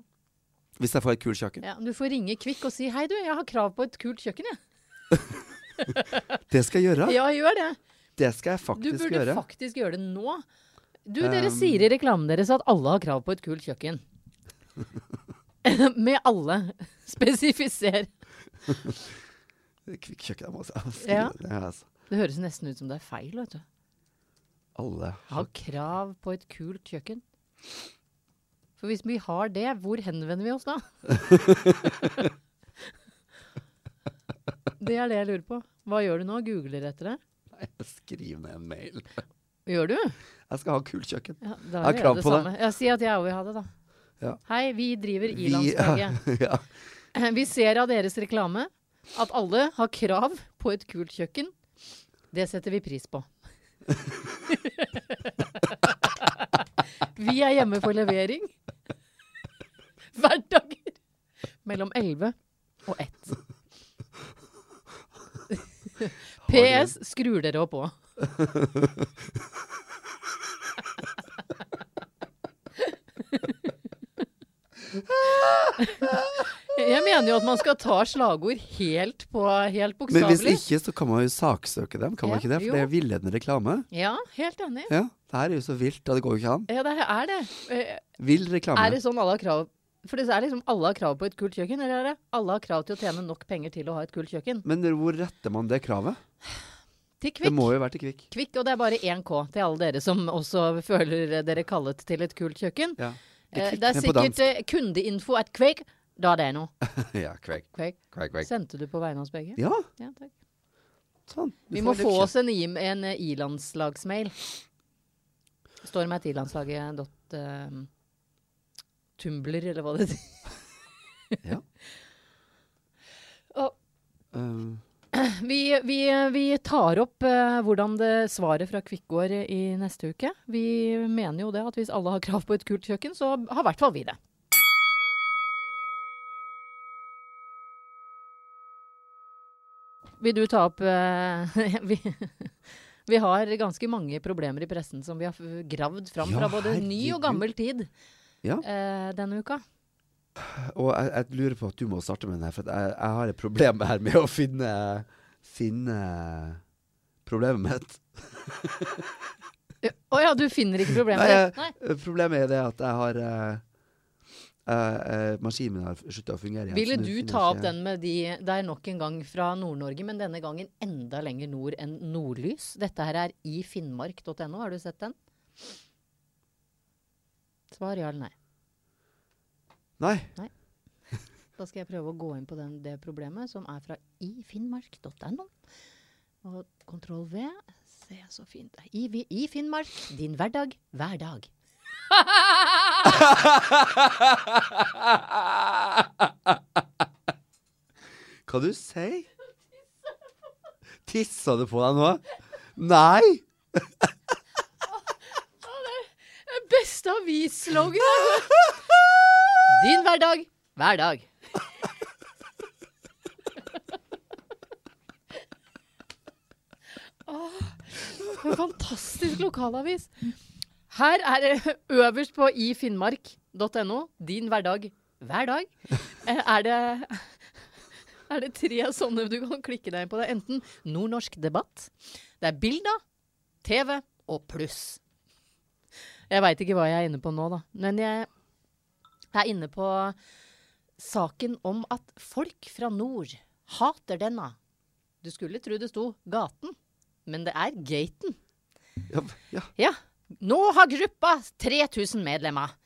Speaker 2: Hvis jeg får et kult kjøkken.
Speaker 1: ja. Du får ringe Kvikk og si 'Hei, du, jeg har krav på et kult kjøkken', jeg.
Speaker 2: Det skal jeg gjøre.
Speaker 1: Ja, gjør det.
Speaker 2: Det skal jeg
Speaker 1: Du
Speaker 2: faktisk
Speaker 1: burde
Speaker 2: gjøre.
Speaker 1: faktisk gjøre det nå. Du, dere
Speaker 2: Um,
Speaker 1: sier i reklamen deres at alle har krav på et kult kjøkken. [LAUGHS] Med alle. Spesifiser.
Speaker 2: Kvikk kjøkken, jeg må si. Jeg skriver
Speaker 1: Ja.
Speaker 2: det her, altså.
Speaker 1: Det høres nesten ut som det er feil, vet du.
Speaker 2: Alle.
Speaker 1: Har krav på et kult kjøkken. For hvis vi har det, hvor henvender vi oss da? [LAUGHS] det er det jeg lurer på. Hva gjør du nå? Googler etter det?
Speaker 2: Skriv ned en mail.
Speaker 1: Gjør du?
Speaker 2: Jeg skal ha kult kjøkken.
Speaker 1: Ja, da
Speaker 2: Jeg har
Speaker 1: gjør
Speaker 2: krav
Speaker 1: det
Speaker 2: på det.
Speaker 1: samme. Ja, si at jeg òg vil ha det, da.
Speaker 2: Ja.
Speaker 1: Hei, vi driver
Speaker 2: Vi- [LAUGHS]
Speaker 1: i-landslaget.
Speaker 2: ja.
Speaker 1: Eh, Vi ser av deres reklame at alle har krav på et kult kjøkken. Det setter vi pris på. vi er hjemme for levering. Hverdager mellom 11 og 1. PS skrur dere opp òg. Jeg mener jo at man skal ta slagord helt på helt
Speaker 2: Men hvis
Speaker 1: bokstavelig.
Speaker 2: ikke, så kan man jo saksøke dem, kan man
Speaker 1: Ja,
Speaker 2: ikke det? For det er villedende reklame.
Speaker 1: Ja, helt enig.
Speaker 2: Ja, det her er jo så vilt, da det går jo ikke an.
Speaker 1: Ja, det er det. Eh,
Speaker 2: Vill reklame.
Speaker 1: Er det sånn alle har krav For det er liksom alle har krav på et kult kjøkken, eller er det alle har krav til å tjene nok penger til å ha et kult kjøkken?
Speaker 2: Men hvor retter man det kravet?
Speaker 1: Til
Speaker 2: Det
Speaker 1: Kvikk.
Speaker 2: må jo være til Kvikk.
Speaker 1: Kvikk, og det er bare 1K til alle dere som også føler dere kallet til et kult kjøkken.
Speaker 2: Ja.
Speaker 1: Eh,
Speaker 2: Kvikk,
Speaker 1: Det er
Speaker 2: men på
Speaker 1: sikkert eh, kundeinfo at Kvikk. Da er det noe.
Speaker 2: dansk. [LAUGHS] Ja, Kvikk.
Speaker 1: Kvikk.
Speaker 2: Kvikk, kvikk.
Speaker 1: Sendte du på vegne av oss begge?
Speaker 2: Ja,
Speaker 1: Ja, takk.
Speaker 2: sånn. Du
Speaker 1: Vi
Speaker 2: får
Speaker 1: må
Speaker 2: litt
Speaker 1: få
Speaker 2: kjeft.
Speaker 1: oss en i- en eh, i-landslagsmail. Står meg et i-landslaget dot eh, Tumblr, eller hva det heter.
Speaker 2: Ja.
Speaker 1: Og
Speaker 2: Eh,
Speaker 1: vi, vi, vi tar opp eh, hvordan det svaret fra Kvikk går i neste uke. Vi mener jo det at hvis alle har krav på et kult kjøkken, så har i hvert fall vi det. Vil du ta opp eh, [LAUGHS] vi, vi har ganske mange problemer i pressen som vi har f- gravd fram
Speaker 2: Ja,
Speaker 1: fra både ny og
Speaker 2: herregud.
Speaker 1: gammel tid
Speaker 2: Ja.
Speaker 1: eh, denne uka.
Speaker 2: og jeg, jeg lurer på at du må starte med den her, for at jeg, jeg har et problem her med å finne, finne problemet mitt.
Speaker 1: Å ja, du finner ikke problemet?
Speaker 2: Nei, jeg-
Speaker 1: Nei.
Speaker 2: Eh, Problemet er det at jeg har eh, eh, eh, Maskinen min har slutta å fungere igjen.
Speaker 1: Ville
Speaker 2: så nå
Speaker 1: du
Speaker 2: finner
Speaker 1: ta
Speaker 2: jeg
Speaker 1: opp
Speaker 2: ikke-
Speaker 1: den med de der nok en gang fra Nord-Norge, men denne gangen enda lenger nord enn nordlys? Dette her er i finnmark.no, har du sett den? Svar ja eller nei.
Speaker 2: Nei.
Speaker 1: Da skal jeg prøve å gå inn på den, det problemet som er fra ifinnmark.no. Og kontroll V. Se, så fint. I, vi- I Finnmark, din hverdag, hver dag.
Speaker 2: Hva du sier Tissa du på deg nå? Nei!
Speaker 1: Beste avisslogan! [LAUGHS] Din hverdag, hver dag. [LAUGHS] Åh, en fantastisk lokalavis. Her er det øverst på ifinnmark.no. Din hverdag, hver dag. Eh, Er det, er det tre sånne du kan klikke deg inn på? Det er enten Nordnorsk debatt, det er bilder, TV og pluss. Jeg veit ikke hva jeg er inne på nå, da. Men jeg er inne på saken om at folk fra nord hater denne. Du skulle tro det sto gaten, men det er gaten.
Speaker 2: Ja, ja.
Speaker 1: Ja. Nå har gruppa 3000 medlemmer.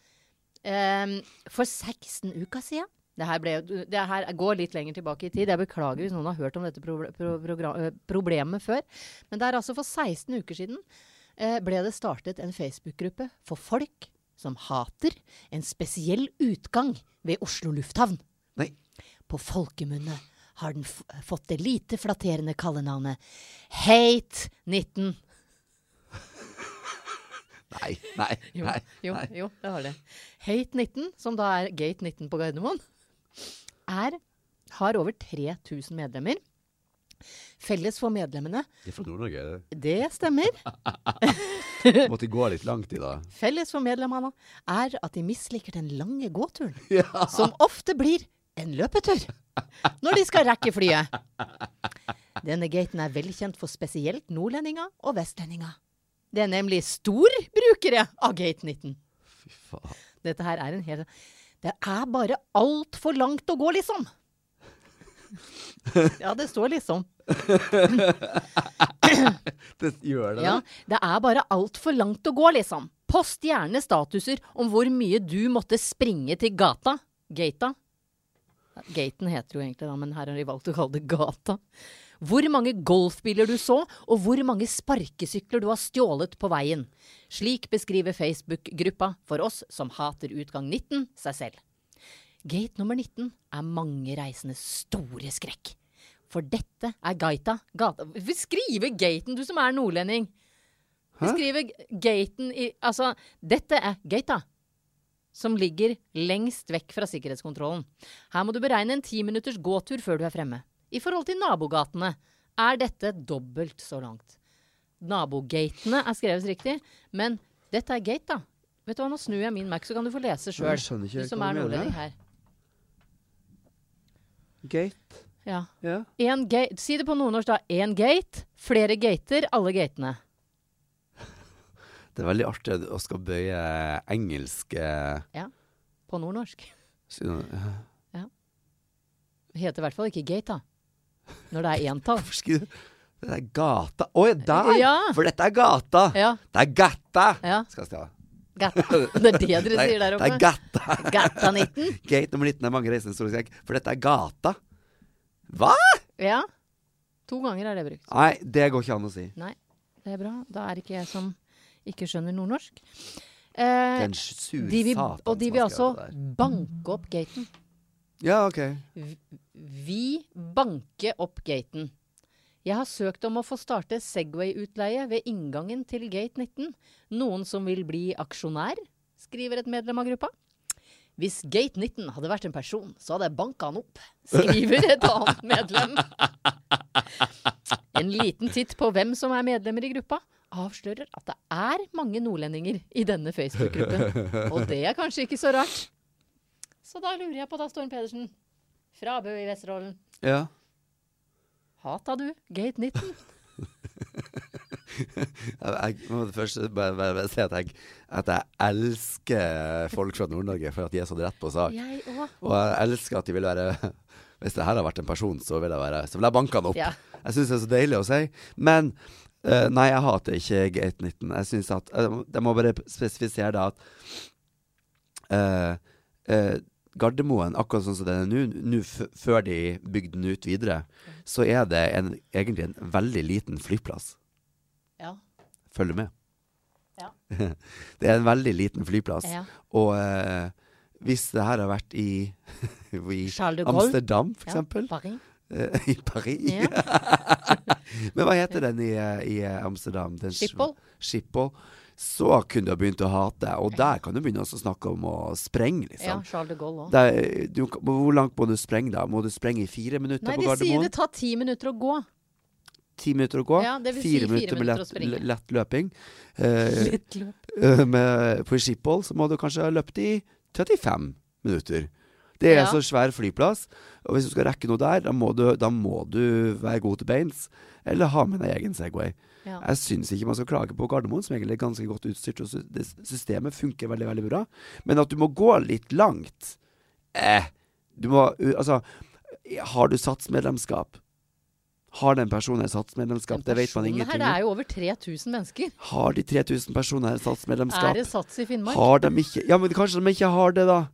Speaker 1: Ehm, for 16 uker siden det her, ble, jo- det her går litt lenger tilbake i tid. Jeg beklager hvis noen har hørt om dette pro pro progra- eh, problemet før. Men det er altså for 16 uker siden eh, ble det startet en Facebook-gruppe for folk som hater en spesiell utgang ved Oslo lufthavn.
Speaker 2: Nei.
Speaker 1: På folkemunne har den f fått det lite flatterende kallenavnet Hate 19.
Speaker 2: Nei. Nei.
Speaker 1: Jo,
Speaker 2: nei,
Speaker 1: jo,
Speaker 2: nei.
Speaker 1: jo, det har det. Hate 19, som da er Gate 19 på Gardermoen, er, har over 3000 medlemmer. Felles for medlemmene,
Speaker 2: Det er fra Nord-Norge.
Speaker 1: det stemmer, Eh.
Speaker 2: Måtte gå litt langt i dag.
Speaker 1: felles for medlemmene er at de misliker den lange gåturen,
Speaker 2: Ja.
Speaker 1: som ofte blir en løpetur når de skal rekke flyet. Denne gaten er velkjent for spesielt nordlendinger og vestlendinger. Det er nemlig storbrukere av Gate 19.
Speaker 2: Fy faen.
Speaker 1: Dette her er en hel Det er bare altfor langt å gå, liksom. Ja, det står liksom.
Speaker 2: Det gjør det.
Speaker 1: Ja, det er bare altfor langt å gå, liksom. Post gjerne statuser om hvor mye du måtte springe til gata. Gata. Gaten heter jo egentlig da, men her har de valgt å kalle det gata. Hvor mange golfbiler du så, og hvor mange sparkesykler du har stjålet på veien. Slik beskriver Facebook-gruppa for oss som hater utgang 19 seg selv. Gate nummer 19 er mange reisendes store skrekk. For dette er gaita gata Beskrive gaten, du som er nordlending!
Speaker 2: Hæ?
Speaker 1: Beskrive g- gaten i Altså, dette er gata. Som ligger lengst vekk fra sikkerhetskontrollen. Her må du beregne en ti minutters gåtur før du er fremme. I forhold til nabogatene er dette dobbelt så langt. Nabogatene er skrevet riktig, men dette er gate, da. Vet du hva, Nå snur jeg min Mac, så kan du få lese
Speaker 2: Jeg
Speaker 1: sjøl.
Speaker 2: skjønner ikke
Speaker 1: Du
Speaker 2: helt
Speaker 1: som
Speaker 2: hva
Speaker 1: er
Speaker 2: du mener
Speaker 1: nordlending her.
Speaker 2: Gate.
Speaker 1: Ja.
Speaker 2: Ja.
Speaker 1: En gate. Si det på nordnorsk, da. Én gate, flere gater, alle gatene.
Speaker 2: Det er veldig artig å skal bøye eh, engelske eh,
Speaker 1: På nordnorsk.
Speaker 2: Synonym-
Speaker 1: Det heter i hvert fall ikke gate, da. Når det er entall.
Speaker 2: Hvorfor skriver du Det er gata. Å, ja, der!
Speaker 1: Ja.
Speaker 2: For dette er gata!
Speaker 1: Ja.
Speaker 2: Det er gata!
Speaker 1: ja.
Speaker 2: Skal jeg si. [LAUGHS]
Speaker 1: Gata. Det er det dere
Speaker 2: Nei,
Speaker 1: sier der
Speaker 2: Det er
Speaker 1: oppe.
Speaker 2: gata.
Speaker 1: Gata 19.
Speaker 2: Gate nummer 19 er mange reisende store skrekk. For dette er gata. Hva?!
Speaker 1: Ja. To ganger er det brukt.
Speaker 2: Nei, det går ikke an å si.
Speaker 1: Det er bra. Da er ikke jeg som ikke skjønner nordnorsk. Eh,
Speaker 2: Den sur
Speaker 1: de vil,
Speaker 2: satan
Speaker 1: og de
Speaker 2: som
Speaker 1: vil
Speaker 2: har
Speaker 1: altså
Speaker 2: skrevet det der.
Speaker 1: banke opp gaten.
Speaker 2: Ja, OK.
Speaker 1: Vi banke opp gaten. Jeg har søkt om å få starte Segway-utleie ved inngangen til gate 19. Noen som vil bli aksjonær, skriver et medlem av gruppa. Hvis gate 19 hadde vært en person, så hadde jeg banka han opp, skriver et annet medlem. En liten titt på hvem som er medlemmer i gruppa, avslører at det er mange nordlendinger i denne Facebook-gruppen. Og det er kanskje ikke så rart. Så da lurer jeg på da, Storm Pedersen. Fra Bø i Vesterålen.
Speaker 2: Ja.
Speaker 1: Hata du gate 19?
Speaker 2: [LAUGHS] Jeg, jeg må først bare, bare, bare si at jeg, at jeg elsker folk fra Nord-Norge for at de er så rett på sak.
Speaker 1: Jeg òg.
Speaker 2: Og jeg elsker at de vil være Hvis det her har vært en person, så vil jeg, være, så vil jeg banke han opp.
Speaker 1: Ja.
Speaker 2: Jeg syns det er så deilig å si. Men eh, nei, jeg hater ikke Gate 19. Jeg synes at eh, Jeg må bare spesifisere da at eh, eh, Gardermoen, akkurat sånn som den er nå, nå f- før de bygde den ut videre, så er det en, egentlig en veldig liten flyplass.
Speaker 1: Ja.
Speaker 2: Følger du med?
Speaker 1: Ja.
Speaker 2: [LAUGHS] det er en veldig liten flyplass.
Speaker 1: ja.
Speaker 2: Og eh, hvis det her har vært i, [LAUGHS] i
Speaker 1: Charles de Gaulle.
Speaker 2: Amsterdam, for eksempel,
Speaker 1: Ja, Paris.
Speaker 2: [LAUGHS] eh, i Paris
Speaker 1: Ja.
Speaker 2: Men hva heter den i, eh, i eh, Amsterdam? Den sv-
Speaker 1: Schiphol.
Speaker 2: Schiphol. Så kunne du ha begynt å hate, og der kan du begynne også å snakke om å sprenge,
Speaker 1: Ja,
Speaker 2: liksom.
Speaker 1: Charles de Gaulle òg.
Speaker 2: Det er- du, kan- hvor langt må du sprenge, da? Må du sprenge i fire minutter
Speaker 1: Nei,
Speaker 2: på
Speaker 1: de sier
Speaker 2: Gardermoen?
Speaker 1: det tar ti minutter å gå.
Speaker 2: Ti minutter å gå?
Speaker 1: Ja, det vil si
Speaker 2: fire
Speaker 1: fire
Speaker 2: minutter med
Speaker 1: minutter å
Speaker 2: lett,
Speaker 1: springe.
Speaker 2: lett løping? Eh,
Speaker 1: Litt løp.
Speaker 2: Eh, med, på Schiphol så må du kanskje ha løpt i 35 minutter. Det er
Speaker 1: Ja.
Speaker 2: så svær flyplass, og hvis du skal rekke noe der, da må du, da må du være god til beins, eller ha med deg egen Segway.
Speaker 1: Ja.
Speaker 2: Jeg syns ikke man skal klage på Gardermoen, som egentlig er ganske godt utstyrt, og sy- det systemet funker veldig, veldig bra, men at du må gå litt langt eh, du må, u- altså, har du satsmedlemskap? Har den personen satsmedlemskap?
Speaker 1: Den
Speaker 2: Det vet man
Speaker 1: personen
Speaker 2: ingenting
Speaker 1: Her, det
Speaker 2: om.
Speaker 1: er jo over 3000 mennesker.
Speaker 2: Har de 3000 personer satsmedlemskap?
Speaker 1: Er det Sats i Finnmark?
Speaker 2: Har de ikke Ja, men kanskje de ikke har det, da.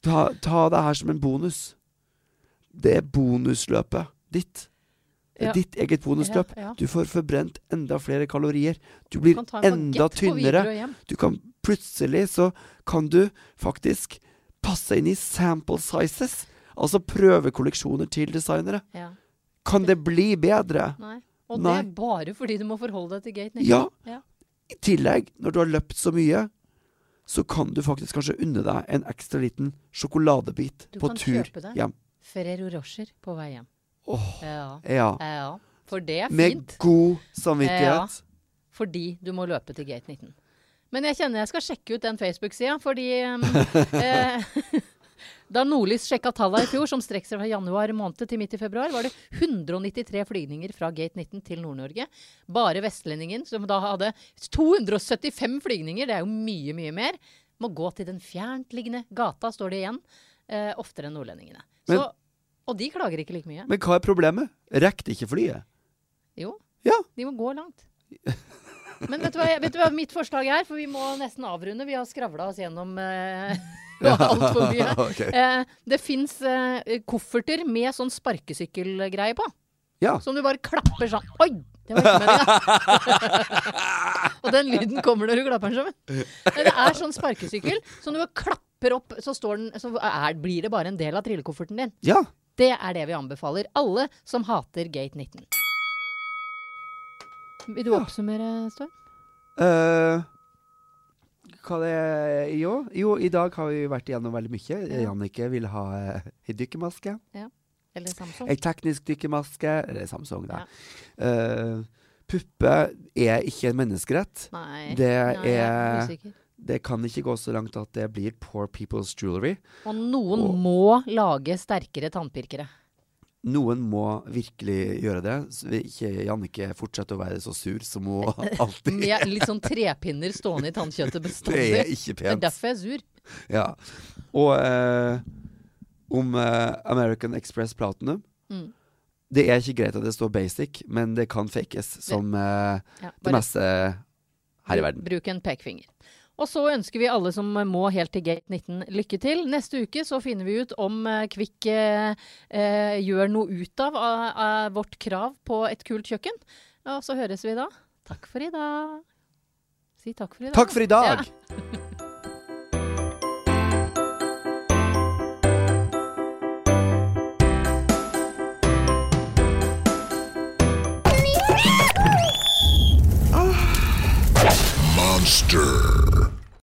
Speaker 2: Ta, ta det her som en bonus. Det er bonusløpet ditt. Det er
Speaker 1: Ja.
Speaker 2: Ditt eget bonusløp.
Speaker 1: Ja, ja.
Speaker 2: Du får forbrent enda flere kalorier. Du blir
Speaker 1: Kan ta en sånn
Speaker 2: enda
Speaker 1: baguette på Widerøe
Speaker 2: tynnere.
Speaker 1: hjem.
Speaker 2: Du kan plutselig så kan du faktisk passe inn i sample sizes. Altså prøvekolleksjoner til designere.
Speaker 1: Ja.
Speaker 2: Kan det bli bedre?
Speaker 1: Nei. Og
Speaker 2: Nei.
Speaker 1: det er bare fordi du må forholde deg til gate 19.
Speaker 2: Ja.
Speaker 1: Ja.
Speaker 2: I tillegg, når du har løpt så mye, så kan du faktisk kanskje unne deg en ekstra liten sjokoladebit
Speaker 1: Du
Speaker 2: på
Speaker 1: kan
Speaker 2: tur
Speaker 1: kjøpe deg.
Speaker 2: hjem.
Speaker 1: Ferrero Rocher på vei hjem.
Speaker 2: Åh,
Speaker 1: Ja.
Speaker 2: ja.
Speaker 1: ja. For det er
Speaker 2: Med
Speaker 1: fint.
Speaker 2: god samvittighet.
Speaker 1: fordi du må løpe til gate 19. Men jeg kjenner jeg skal sjekke ut den Facebook-sida, fordi um, eh, [LAUGHS] Da Nordlys sjekka tallene i fjor, som strekker seg fra januar måned til midt i februar, var det 193 flygninger fra gate 19 til Nord-Norge. Bare vestlendingen, som da hadde 275 flygninger, det er jo mye, mye mer, må gå til den fjerntliggende gata, står det igjen, eh, oftere enn nordlendingene. Så,
Speaker 2: Men-
Speaker 1: og de klager ikke like mye.
Speaker 2: Men hva er problemet? Rekk det ikke flyet?
Speaker 1: Jo,
Speaker 2: Ja.
Speaker 1: de må gå langt. Men vet du, hva, jeg- vet du hva mitt forslag er? For vi må nesten avrunde. Vi har skravla oss gjennom eh, [LAUGHS] [LAUGHS] altfor mye.
Speaker 2: [LAUGHS] Ok.
Speaker 1: Eh, det fins eh, kofferter med sånn sparkesykkelgreie på.
Speaker 2: Ja.
Speaker 1: Som du bare klapper sånn. Oi! Det var ikke meninga. Og den lyden kommer når du klapper den sammen. Men det er sånn sparkesykkel som du bare klapper opp, så, står den, så er, blir det bare en del av trillekofferten din.
Speaker 2: ja.
Speaker 1: Det er det vi anbefaler alle som hater Gate 19. Vil du oppsummere, Storm?
Speaker 2: Eh, hva det er jo? jo, i dag har vi vært igjennom veldig mye.
Speaker 1: Ja.
Speaker 2: Jannicke vil ha eh, ei dykkermaske.
Speaker 1: Eller Samson?
Speaker 2: Ei teknisk dykkermaske. Eller Samsung, da.
Speaker 1: Ja.
Speaker 2: Eh, puppe er ikke en menneskerett.
Speaker 1: Nei.
Speaker 2: Det
Speaker 1: Nei, jeg
Speaker 2: er-
Speaker 1: usikker.
Speaker 2: Det kan ikke gå så langt at det blir poor people's jewelry.
Speaker 1: Og noen
Speaker 2: Og-
Speaker 1: må lage sterkere tannpirkere.
Speaker 2: Noen må virkelig gjøre det. Så vil ikke Jannicke fortsette å være så sur
Speaker 1: [LAUGHS]
Speaker 2: som hun alltid
Speaker 1: Men jeg er litt sånn trepinner stående i tannkjøttet
Speaker 2: Det
Speaker 1: bestandig.
Speaker 2: er ikke
Speaker 1: Det er
Speaker 2: pent.
Speaker 1: derfor jeg er sur.
Speaker 2: Ja. Og eh, om eh, American Express Platinum
Speaker 1: Mm.
Speaker 2: Det er ikke greit at det står basic, men det kan fakes som eh,
Speaker 1: Ja,
Speaker 2: det
Speaker 1: bare
Speaker 2: meste her i verden.
Speaker 1: bruk en pekefinger. Og så ønsker vi alle som må helt til gate 19 lykke til. Neste uke så finner vi ut om eh, Kvikk eh, eh, gjør noe ut av, av, av vårt krav på et kult kjøkken. Og så høres vi da. Takk for i dag. Si takk for i dag.
Speaker 2: Takk for i dag!
Speaker 1: Ja.
Speaker 3: Monster.